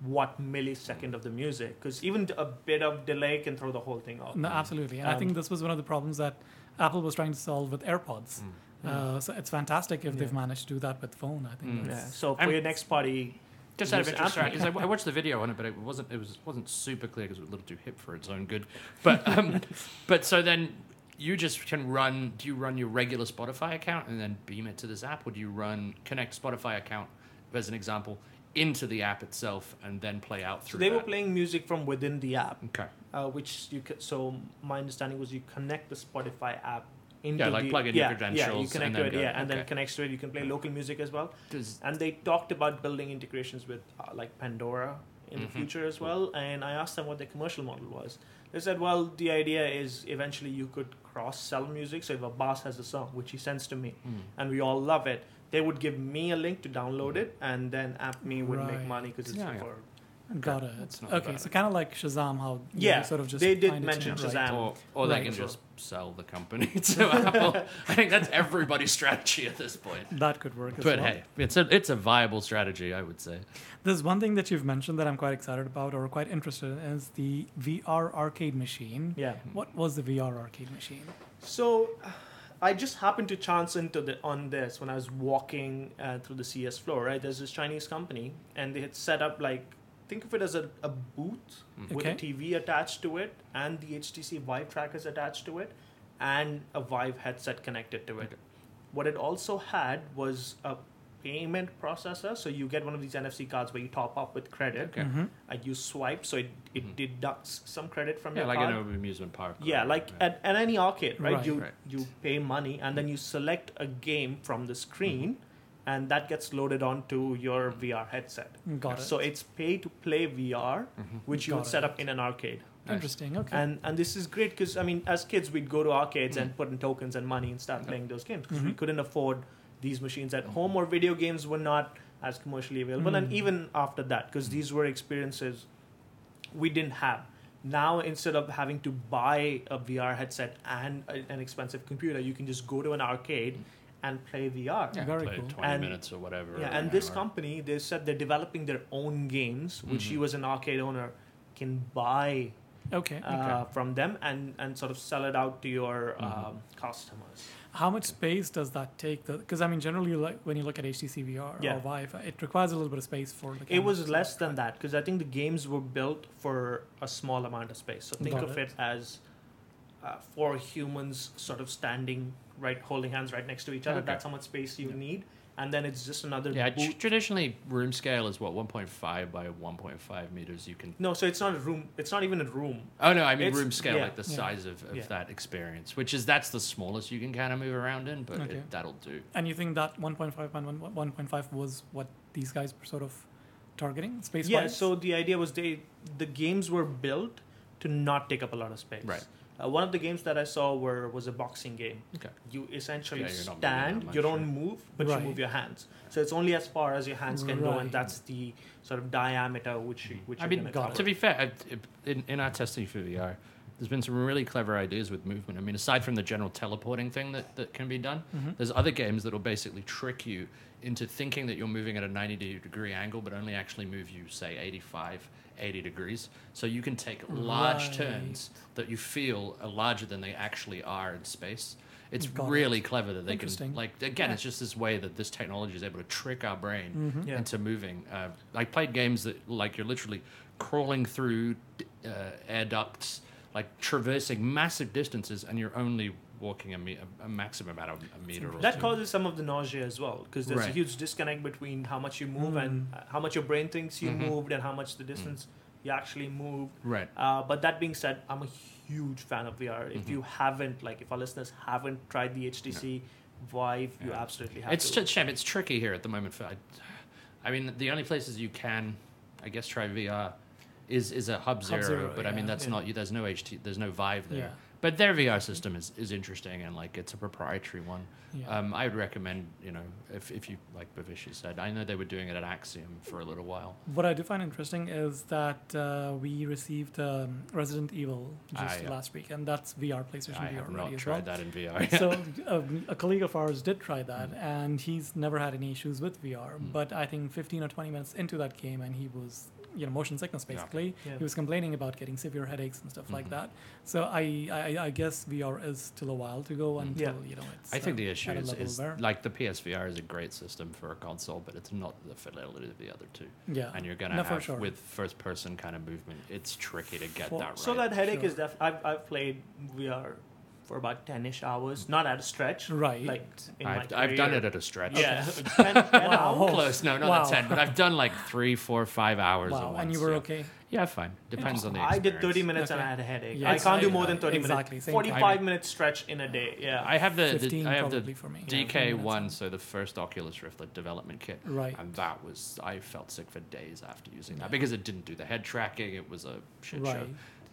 A: what millisecond of the music because even a bit of delay can throw the whole thing off
C: No, absolutely. And I
A: Um,
C: think this was one of the problems that Apple was trying to solve with AirPods.
B: Mm.
C: Uh, so it's fantastic if they've
A: Hmm. Yeah. Hmm.
C: managed to do that with phone. I think
B: Mm.
A: yeah.
C: that's
A: so for
B: I'm-
A: your next party
B: Just out of
A: Use
B: interest,
A: app.
B: right? Because I, I watched the video on it, but it wasn't it was wasn't super clear because it was a little too hip for its own good. But <laughs> um, but so then you just can run. Do you run your regular Spotify account and then beam it to this app, or do you run connect Spotify account as an example into the app itself and then play out
A: so
B: through?
A: they were
B: that?
A: playing music from within the app
B: Okay.
A: uh, which you could, so my understanding was you connect the Spotify app into
B: Yeah, like
A: the,
B: plug in
A: yeah,
B: your
A: yeah, you
B: credentials
A: connect
B: and
A: to
B: then
A: it
B: go,
A: yeah and then
B: okay.
A: connects to it you can play local music as well
B: Does
A: and they talked about building integrations with uh, like Pandora in
B: Mhm.
A: the future as well and I asked them what their commercial model was they said well the idea is eventually you could cross sell music so if a boss has a song which he sends to me
B: mm,
A: and we all love it they would give me a link to download it and then app me would
C: Right.
A: make money because it's
B: Yeah, yeah.
A: for
C: Got it.
B: That's not
C: okay,
B: bad.
C: so kind of like Shazam, how you
A: Yeah,
C: sort of just
A: they did
C: find it
A: mention
C: right.
A: Shazam.
B: or or they
C: Right.
B: can just sell the company <laughs> to Apple? I think that's everybody's strategy at this point.
C: That could work. As
B: But
C: well.
B: hey, it's a it's a viable strategy, I would say.
C: There's one thing that you've mentioned that I'm quite excited about or quite interested in is the VR arcade machine.
A: yeah
B: Hmm.
C: What was the VR arcade machine?
A: So, I just happened to chance into the on this when I was walking uh, through the CS floor. Right, there's this Chinese company, and they had set up like think of it as a, a booth
B: Mhm.
A: with a
C: Okay.
A: TV attached to it, and the HTC Vive trackers attached to it, and a Vive headset connected to it.
B: Okay.
A: What it also had was a payment processor, so you get one of these NFC cards where you top up with credit,
B: Okay.
C: Mhm.
A: and you swipe, so it, it
B: Mhm.
A: deducts some credit from
B: Yeah,
A: your
B: like
A: card.
B: an amusement park. or-
A: Yeah, like at, at any arcade, right?
C: Uh, Right.
A: You
B: Right.
A: you pay money and then you select a game from the screen,
C: Mm-hmm.
A: and that gets loaded onto your VR headset.
C: Got it.
A: So it's pay to play VR,
B: Mhm.
A: which you
C: Got
A: would set
C: it.
A: up in an arcade.
B: Nice.
C: interesting. Okay. Mm.
A: And and this is great because I mean, as kids, we'd go to arcades
B: Mhm.
A: and put in tokens and money and start
B: Yeah.
A: playing those games because we
C: Mhm.
A: couldn't afford these machines at home or video games were not as commercially available. And
C: Mm-hmm. Mm.
A: even after that, because these were experiences we didn't have. Now, instead of having to buy a VR headset and a, an expensive computer, you can just go to an arcade
C: Mm.
A: and play VR.
B: Yeah,
C: Very
B: play
C: cool.
B: Twenty
A: And-
B: minutes or whatever.
A: Yeah,
B: or
A: and
B: an
A: this
B: hour.
A: company, they said they're developing their own games, which
C: Mm-hmm.
B: Mhm.
A: you as an arcade owner can buy
C: okay. Mm-hmm.
A: uh, from them and, and sort of sell it out to your
B: Mhm.
A: um, customers.
C: How much space does that take? Because I mean, generally, like when you look at HTC VR
A: Yeah.
C: or Vive, it requires a little bit of space for the.
A: It
C: camera
A: was
C: itself,
A: less than
C: right?
A: that because I think the games were built for a small amount of space. So think
C: Got
A: of
C: it.
A: it, as uh, four humans sort of standing right, holding hands right next to each other.
B: Okay.
A: That's how much space you
B: Yeah.
A: need, and then it's just another
B: Yeah, tr-
A: boot.
B: traditionally room scale is what 1.5 by 1.5 meters. You can.
A: No, so it's not a room. It's not even a room.
B: Oh no, I mean
A: It's-
B: room scale,
A: yeah,
B: like the
C: yeah,
B: size of, of
A: yeah.
B: that experience, which is that's the smallest you can kind of move around in, but
C: Okay.
B: it, that'll do.
C: And you think that 1.5 and 1 1.5 was what these guys were sort of targeting space
A: yeah. So the idea was they the games were built to not take up a lot of space.
B: Right.
A: Uh, one of the games that I saw were was a boxing game.
B: Okay.
A: You essentially
B: Yeah, you're not moving that
A: stand,
B: much,
A: you don't
B: right.
A: move, but
C: Right.
A: you move your hands. So it's only as far as your hands can go,
C: Right.
A: and that's the sort of diameter which you, which
B: I
A: you're
B: mean,
A: gonna
C: got
A: cover.
B: To be fair, I- I- in, in our testing for VR, there's been some really clever ideas with movement. I mean, aside from the general teleporting thing that, that can be done,
C: Mhm.
B: there's other games that will basically trick you into thinking that you're moving at a 90 degree angle, but only actually move you, say, 85, 80 degrees. So you can take large
C: Right.
B: turns that you feel are larger than they actually are in space. It's
C: Got it.
B: really clever that they
C: Interesting.
B: can, like, again,
C: Yeah.
B: it's just this way that this technology is able to trick our brain
C: hmm
A: Yeah.
B: into moving. Uh, I played games that like you're literally crawling through uh, air ducts like traversing massive distances, and you're only walking a, me- a, a maximum about a, a meter or
A: That
B: two.
A: causes some of the nausea as well because there's a
B: Right.
A: huge disconnect between how much you move and
C: Mm.
A: uh, how much your brain thinks you
B: Mhm.
A: moved and how much the distance
B: Mm.
A: you actually moved.
B: right.
A: Uh, but that being said, I'm a huge fan of VR.
B: Mm-hmm.
A: If you haven't, like, if our listeners haven't tried the HTC Vive, you
B: Yeah.
A: absolutely have
B: It's
A: to.
B: a shame. It's tricky here at the moment. For, I, I mean, the only places you can, I guess, try VR is is a Hub Zero,
C: Zero,
B: but I mean
C: yeah.
B: that's
A: Yeah.
B: not you. There's no HT. There's no Vive there.
C: Yeah.
B: But their VR system is, is interesting and like it's a proprietary one.
C: Yeah.
B: Um, I would recommend you know if, if you like Bavishu said. I know they were doing it at Axiom for a little while.
C: What I do find interesting is that uh, we received um, Resident Evil
B: Ah,
C: just
B: yeah.
C: last week, and that's VR, PlayStation
B: I
C: VR
B: have
C: already
B: not
C: as
B: tried
C: well.
B: that Hmm. in <laughs> VR.
C: so um, a colleague of ours did try that, and he's never had any issues with VR.
B: Mm.
C: But I think 15 or 20 minutes into that game, and he was, you know, motion sickness
B: Yeah.
C: basically.
A: Yeah.
C: He was complaining about getting severe headaches and stuff like
B: Mhm.
C: that. So I, I, I guess VR is still a while to go
B: Mm.
C: until
A: Yeah.
C: you know it's.
B: I think
C: uh,
B: the issue
C: at a
B: is,
C: level
B: is
C: where-
B: like the PSVR is a great system for a console, but it's not the fidelity of the other two.
C: yeah,
B: and you're gonna
C: No, for
B: have
C: sure.
B: with first person kind of movement. It's tricky to get
C: Well,
B: that right.
A: So that headache
C: Sure.
A: is def. I've, I've played VR for about 10 ish hours, not at a stretch.
C: right.
A: Like, in
B: I've,
A: my
B: I've done
A: career.
B: it at a stretch.
A: <laughs> Yeah.
B: <laughs>
A: Oh, 10, 10
C: Wow.
A: hours.
B: Close, no, not
C: Wow.
B: at ten, but I've done like three, four, five hours. at
C: wow,
B: once,
C: and you were
B: yeah. Uh,
C: okay.
B: Yeah, fine. Depends on the.
A: I
B: Experience.
A: did 30 minutes and
C: Okay.
A: I had a headache.
C: Yeah,
A: I can't do
B: exactly.
A: more than 30
C: Exactly,
A: minutes.
C: same
A: 45
B: time.
A: minute stretch in a day. Yeah.
B: I have the, the
C: 15
B: I have the
C: probably for me. Yeah, 15
B: DK
C: minutes.
B: one, so the first Oculus Rift like, development kit,
C: Right.
B: and that was I felt sick for days after using that because it didn't do the head tracking. It was a shit
C: right.
B: show.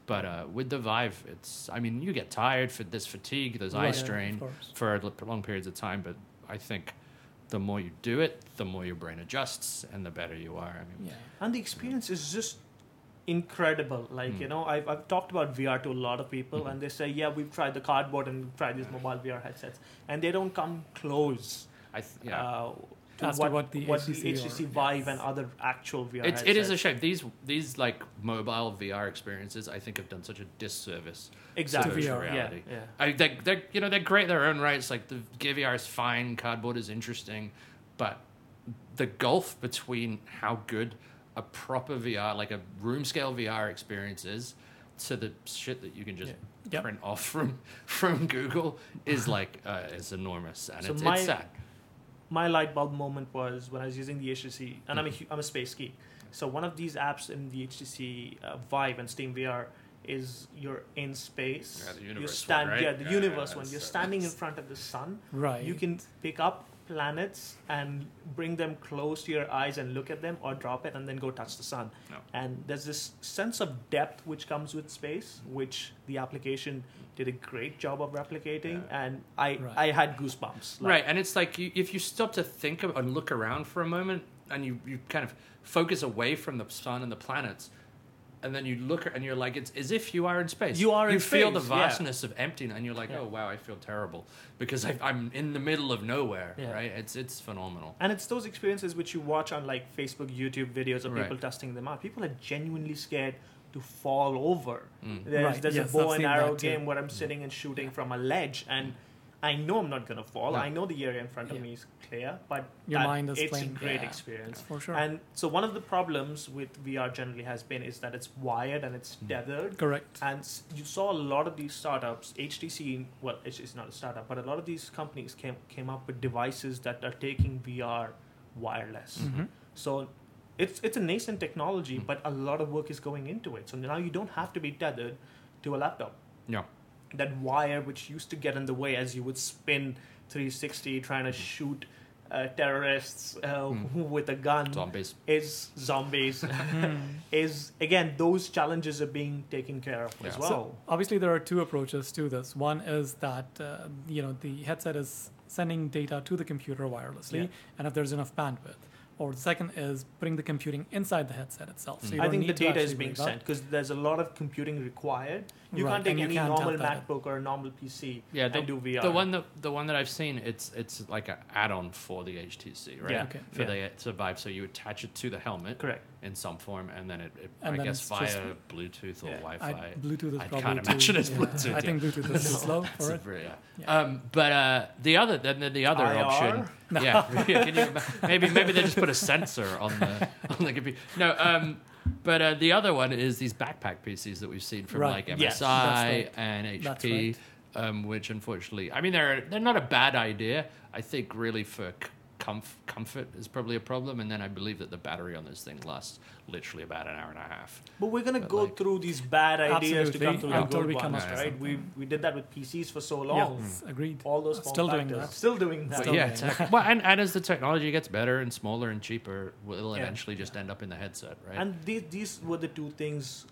B: But uh, with the Vive, it's I mean you get tired for this fatigue, there's
C: Right,
B: eye
C: of
B: strain
C: course.
B: for l- long periods of time. But I think the more you do it, the more your brain adjusts, and the better you are. I mean,
C: Yeah.
A: and the experience is just incredible like
B: Hmm.
A: you know I've, I've talked about vr to a lot of people and they say yeah we've tried the cardboard and we've tried these mobile vr headsets and they don't come close
B: I th- yeah,
A: uh, to
C: As to
A: what,
C: what the HTC or-
A: HTC vive and other actual vr
B: it's it is a
A: headsets.
B: shame. These these like mobile VR experiences, I think, have done such a disservice.
A: exactly
C: To VR,
A: yeah,
B: reality.
A: yeah
B: I they they're you know they're great in their own rights. Like the VR is fine, cardboard is interesting, but the gulf between how good a proper VR, like a room scale VR experience is, to the shit that you can just
C: Yeah. Yep.
B: print off from <laughs> from Google is like uh, is enormous, and
A: So
B: it's,
A: my-
B: it's sad.
A: my light bulb moment was when I was using the HTC, and
B: Mm-hmm.
A: I'm a hu- I'm a space geek. So one of these apps in the HTC uh, Vive and Steam VR is you're in space.
B: Yeah, the
A: you
B: universe
A: stand,
B: one, right?
A: Yeah, the
B: Yeah, uh,
A: universe
B: yeah,
A: one. You're
B: so
A: standing in
B: that's-
A: front of the sun.
C: Right.
A: You can pick up planets and bring them close to your eyes and look at them, or drop it and then go touch the sun.
B: No.
A: And there's this sense of depth which comes with space, which the application did a great job of replicating.
B: Yeah.
A: And I
C: Right.
A: I had goosebumps. like-
B: right, and it's like you, if you stop to think of, and look around for a moment, and you, you kind of focus away from the sun and the planets, and then you look and you're like, it's as if you are in space.
A: You are
B: You
A: in
B: feel the
A: space, yeah.
B: vastness of emptiness, and you're like,
A: Yeah.
B: oh wow, I feel terrible because I, I'm in the middle of nowhere.
A: Yeah.
B: Right? It's it's phenomenal.
A: And it's those experiences which you watch on like Facebook, YouTube videos of
B: Right.
A: people testing them out. People are genuinely scared to fall over.
B: Mm.
A: There's,
C: Right,
A: there's
C: yes,
A: a
C: I've
A: bow and
C: seen
A: arrow
C: that too.
A: game where I'm sitting and shooting from a ledge, and I know I'm not gonna fall.
B: No.
A: I know the area in front of
C: Yeah.
A: me is clear, but
C: Your
A: that-
C: mind is
A: it's
C: playing-
A: a great
C: yeah.
A: experience.
C: For sure.
A: And so one of the problems with VR generally has been is that it's wired and it's
C: Hmm.
A: tethered.
C: Correct.
A: And s- you saw a lot of these startups, HTC, well, it's it's not a startup, but a lot of these companies came, came up with devices that are taking VR wireless.
C: Mhm.
B: Mm-hmm.
A: So it's, it's a nascent technology,
B: Hmm.
A: but a lot of work is going into it. So now you don't have to be tethered to a laptop.
B: Yeah.
A: That wire, which used to get in the way as you would spin 360 trying
B: Hmm.
A: to shoot uh, terrorists uh, <laughs> with a gun,
B: Zombies.
A: is
B: <laughs>
A: zombies, is again, those challenges are being taken care of as
B: Yeah. Hmm.
A: well.
C: So <laughs> obviously, there are two approaches to this. One is that uh, you know the headset is sending data to the computer wirelessly,
A: Yeah.
C: and if there's enough bandwidth. Or the second is putting the computing inside the headset itself. So you
A: Mm-hmm. I
C: don't
A: think the
C: need to
A: data is
C: actually
A: being
C: worry about-
A: sent because there's a lot of computing required. You
C: Right,
A: can't take
C: and you
A: any
C: can't
A: normal
C: have that.
A: MacBook or a normal PC
B: Yeah, the,
A: and do uh, VR.
B: the one that the one that I've seen, it's it's like an add-on for the HTC, right?
A: Yeah.
C: Okay.
B: For
A: Yeah.
B: the Survive, so you attach it to the helmet,
A: correct.
B: in some form, and then it, it
C: And
B: I
C: then
B: guess
C: it's
B: via
C: just-
B: Bluetooth or
A: Yeah.
B: Wi-Fi.
C: I, <laughs> Bluetooth is
B: I
C: probably
B: can't
C: too-
B: imagine it's
C: <laughs> yeah.
B: Bluetooth,
C: I think
B: <laughs>
C: Bluetooth is too slow
B: It's
C: for
B: a
C: it.
B: very- yeah.
C: Yeah.
B: Um, but uh, the other then the, the other
A: IR?
C: <laughs>
B: option, <laughs> <laughs> yeah, yeah, can you ima- maybe maybe they just put a sensor on the on the computer. No, um, But uh, the other one is these backpack PCs that we've seen from like
C: Right.
B: MSI
A: Yes,
C: that's right.
B: and
C: That's
B: HP, um, which unfortunately, I mean, they're they're not a bad idea. I think really for c- comf- comfort is probably a problem, and then I believe that the battery on this thing lasts literally about an hour and a half.
A: But we're gonna go
B: like-
A: through these bad ideas to
C: Absolutely,
A: come through the
C: until
A: good
C: we come
A: ones,
B: up
C: with
A: right? We we did that with PCs for so
C: Yeah,
A: long.
C: agreed.
A: All those form
C: Still doing
A: factors.
C: that.
A: Still doing that.
B: But
C: Still
B: yeah,
C: doing
B: tech- well, and, and as the technology gets better and smaller and cheaper, it'll
A: Yeah.
B: eventually just end up in the headset, right?
A: And these these were the two things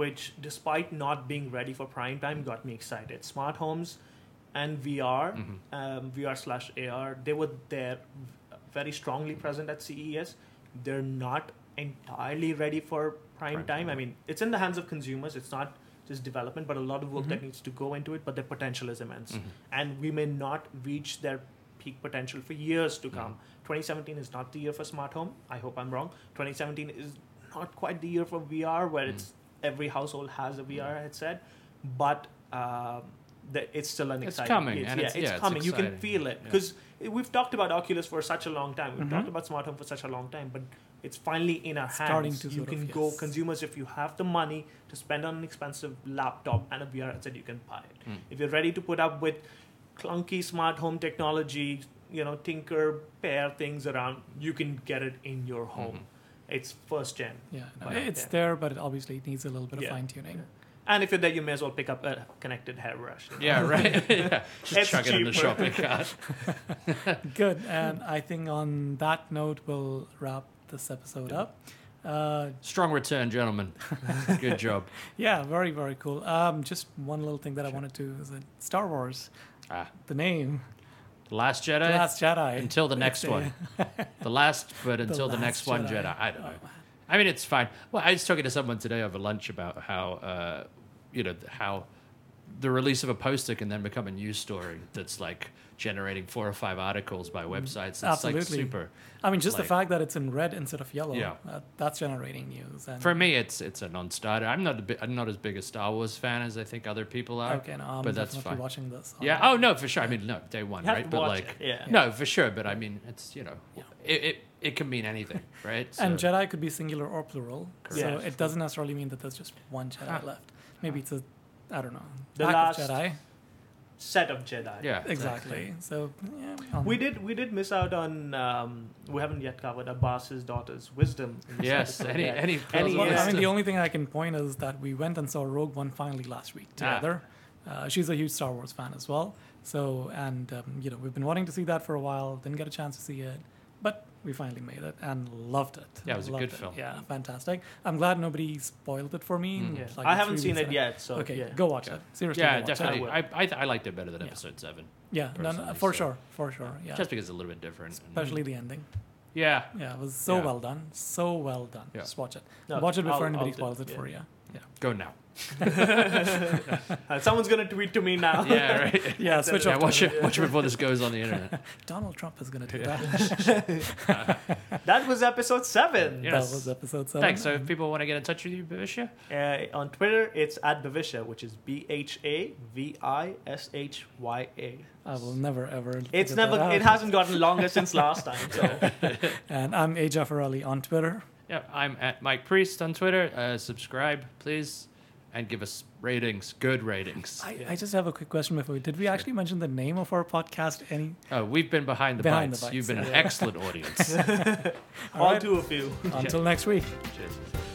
A: which, despite not being ready for prime time, got me excited. Smart homes and VR,
B: Mm-hmm.
A: um, VR slash AR, they were there very strongly present at CES. They're not entirely ready for prime,
B: Prime
A: time.
B: time.
A: I mean, it's in the hands of consumers. It's not just development, but a lot of work that needs to go into it. But their potential is immense, and we may not reach their peak potential for years to come. 2017 is not the year for smart home. I hope I'm wrong. 2017 is not quite the year for VR,
B: Hmm.
A: where it's every household has a VR headset, but um, the, it's still an
B: It's
A: exciting.
B: coming,
A: it's,
B: and
A: yeah,
B: it's- yeah, it's
A: coming. you can
B: exciting.
A: feel it
B: Yeah.
A: because we've talked about Oculus for such a long time. We've
C: Mhm.
A: talked about smart home for such a long time, but it's finally in our
C: Starting
A: hands.
C: to
A: you
C: sort of,
A: can go
C: yes.
A: consumers if you have the money to spend on an expensive laptop and a VR headset, you can buy it.
B: Mm.
A: If you're ready to put up with clunky smart home technology, you know, tinker, pair things around, you can get it in your home.
B: Mm-hmm.
A: It's first gen.
C: Yeah, no,
A: Yeah.
C: it's
A: Yeah.
C: there, but it obviously needs a little bit of
A: Yeah.
C: fine tuning.
A: And if you're there, you may as well pick up a connected hairbrush.
B: yeah, right. <laughs> yeah. Just
A: It's
B: chuck it in the
A: cheaper.
B: shopping
A: <laughs>
B: cart.
C: Good, and I think on that note, we'll wrap this episode up. Uh,
B: Strong return, gentlemen. Good
A: <laughs>
B: job.
C: yeah, very very cool. Um, just one little thing that I wanted to is that Star Wars,
B: Ah,
C: the name,
B: the Last Jedi.
C: The Last Jedi.
B: until the next
C: It's a-
B: one. The last, but until the
C: last
B: next one,
C: Jedi.
B: Jedi. I don't know. I mean, it's fine. Well, I was talking to someone today over lunch about how, uh, you know, how the release of a poster can then become a news story that's like generating four or five articles by websites. It's like
C: Absolutely.
B: super.
C: I mean, just
B: Like-
C: the fact that it's in red instead of yellow,
B: Yeah.
C: uh, that's generating news. And
B: For me, it's it's a non-starter. I'm not a bi- I'm not as big a Star Wars fan as I think other people are.
C: okay, no, I'm
B: but that's
C: definitely
B: fine.
C: watching this.
B: Yeah. Oh no, for sure. I mean, no, day one,
A: You have
B: right?
A: to
B: But
A: watch
B: like,
A: it, yeah.
B: no, for sure. But I mean, it's you know, it, it it can mean anything, right?
C: And
B: So-
C: Jedi could be singular or plural, so
A: Correct.
C: it doesn't necessarily mean that there's just one Jedi
B: Huh.
C: left. Maybe it's a, I don't know,
A: The
C: pack of
A: last-
C: Jedi.
A: Set of Jedi.
B: yeah,
C: Exactly. So yeah, um,
A: We did we did miss out on um, we haven't yet covered Abbas's daughter's wisdom. in this
C: <laughs>
B: Yes,
A: episode,
B: any
A: yeah.
B: any
A: Any-
B: plausible
C: Well, I mean,
B: reason.
C: the only thing I can point is that we went and saw Rogue One finally last week
B: Ah.
C: together. Uh, she's a huge Star Wars fan as well. So, and um, you know, we've been wanting to see that for a while. Didn't get a chance to see it, but we finally made it and loved it.
B: Yeah, it was a
C: Loved
B: good film.
C: Yeah, fantastic. I'm glad nobody spoiled it for me.
B: Mm.
A: Yeah.
C: It's like
A: I
C: three
A: haven't seen
C: weeks
A: it
C: in.
A: yet, so
C: okay,
A: yeah.
C: go watch
B: Yeah.
C: it. Seriously,
B: yeah,
C: go watch It.
B: definitely.
A: will.
B: I, I I liked it better than
C: Yeah.
B: episode seven,
C: Yeah, no, no,
B: personally,
C: for
B: so-
C: sure, for sure. Yeah,
B: just because it's a little bit different. and-
C: especially the ending.
B: yeah,
C: Yeah, it was so
B: Yeah.
C: well done, so well done.
B: Yeah.
C: Just watch it.
A: No,
C: watch it before
A: I'll-
C: anybody
A: I'll do
C: spoils
A: it,
C: it
A: yeah.
C: for you. Yeah.
B: go now.
A: <laughs>
C: <laughs>
A: Uh, someone's gonna tweet to me now.
B: Yeah, right. <laughs>
C: Yeah, <laughs> switch
B: yeah,
C: off
B: watch it. Watch it before this goes on the internet.
C: <laughs> Donald Trump is going to do
B: Yeah.
C: that.
A: <laughs> that was episode seven.
B: Yeah. <laughs> Yes.
C: That was episode seven.
B: Thanks. So if people want to get in touch with you, Bavisha,
A: Uh, on Twitter, it's at Bavisha, which is B H A V I S H Y A.
C: I will never ever.
A: It's
C: figure
A: never.
C: that
A: It
C: out.
A: hasn't gotten longer since last time.
C: <laughs>
A: So
C: And I'm A Jafar Ali on Twitter.
B: yeah, I'm at Mike Priest on Twitter. Uh, subscribe, please, and give us ratings, good ratings.
C: I, I just have a quick question before. we Did we actually mention the name of our podcast?
B: <laughs>
C: Any?
B: Oh, we've been behind the,
C: Behind the
B: bites. You've
C: bites, <laughs>
B: been an excellent audience.
A: all
C: right.
A: two of you.
C: Until next week.
B: Cheers.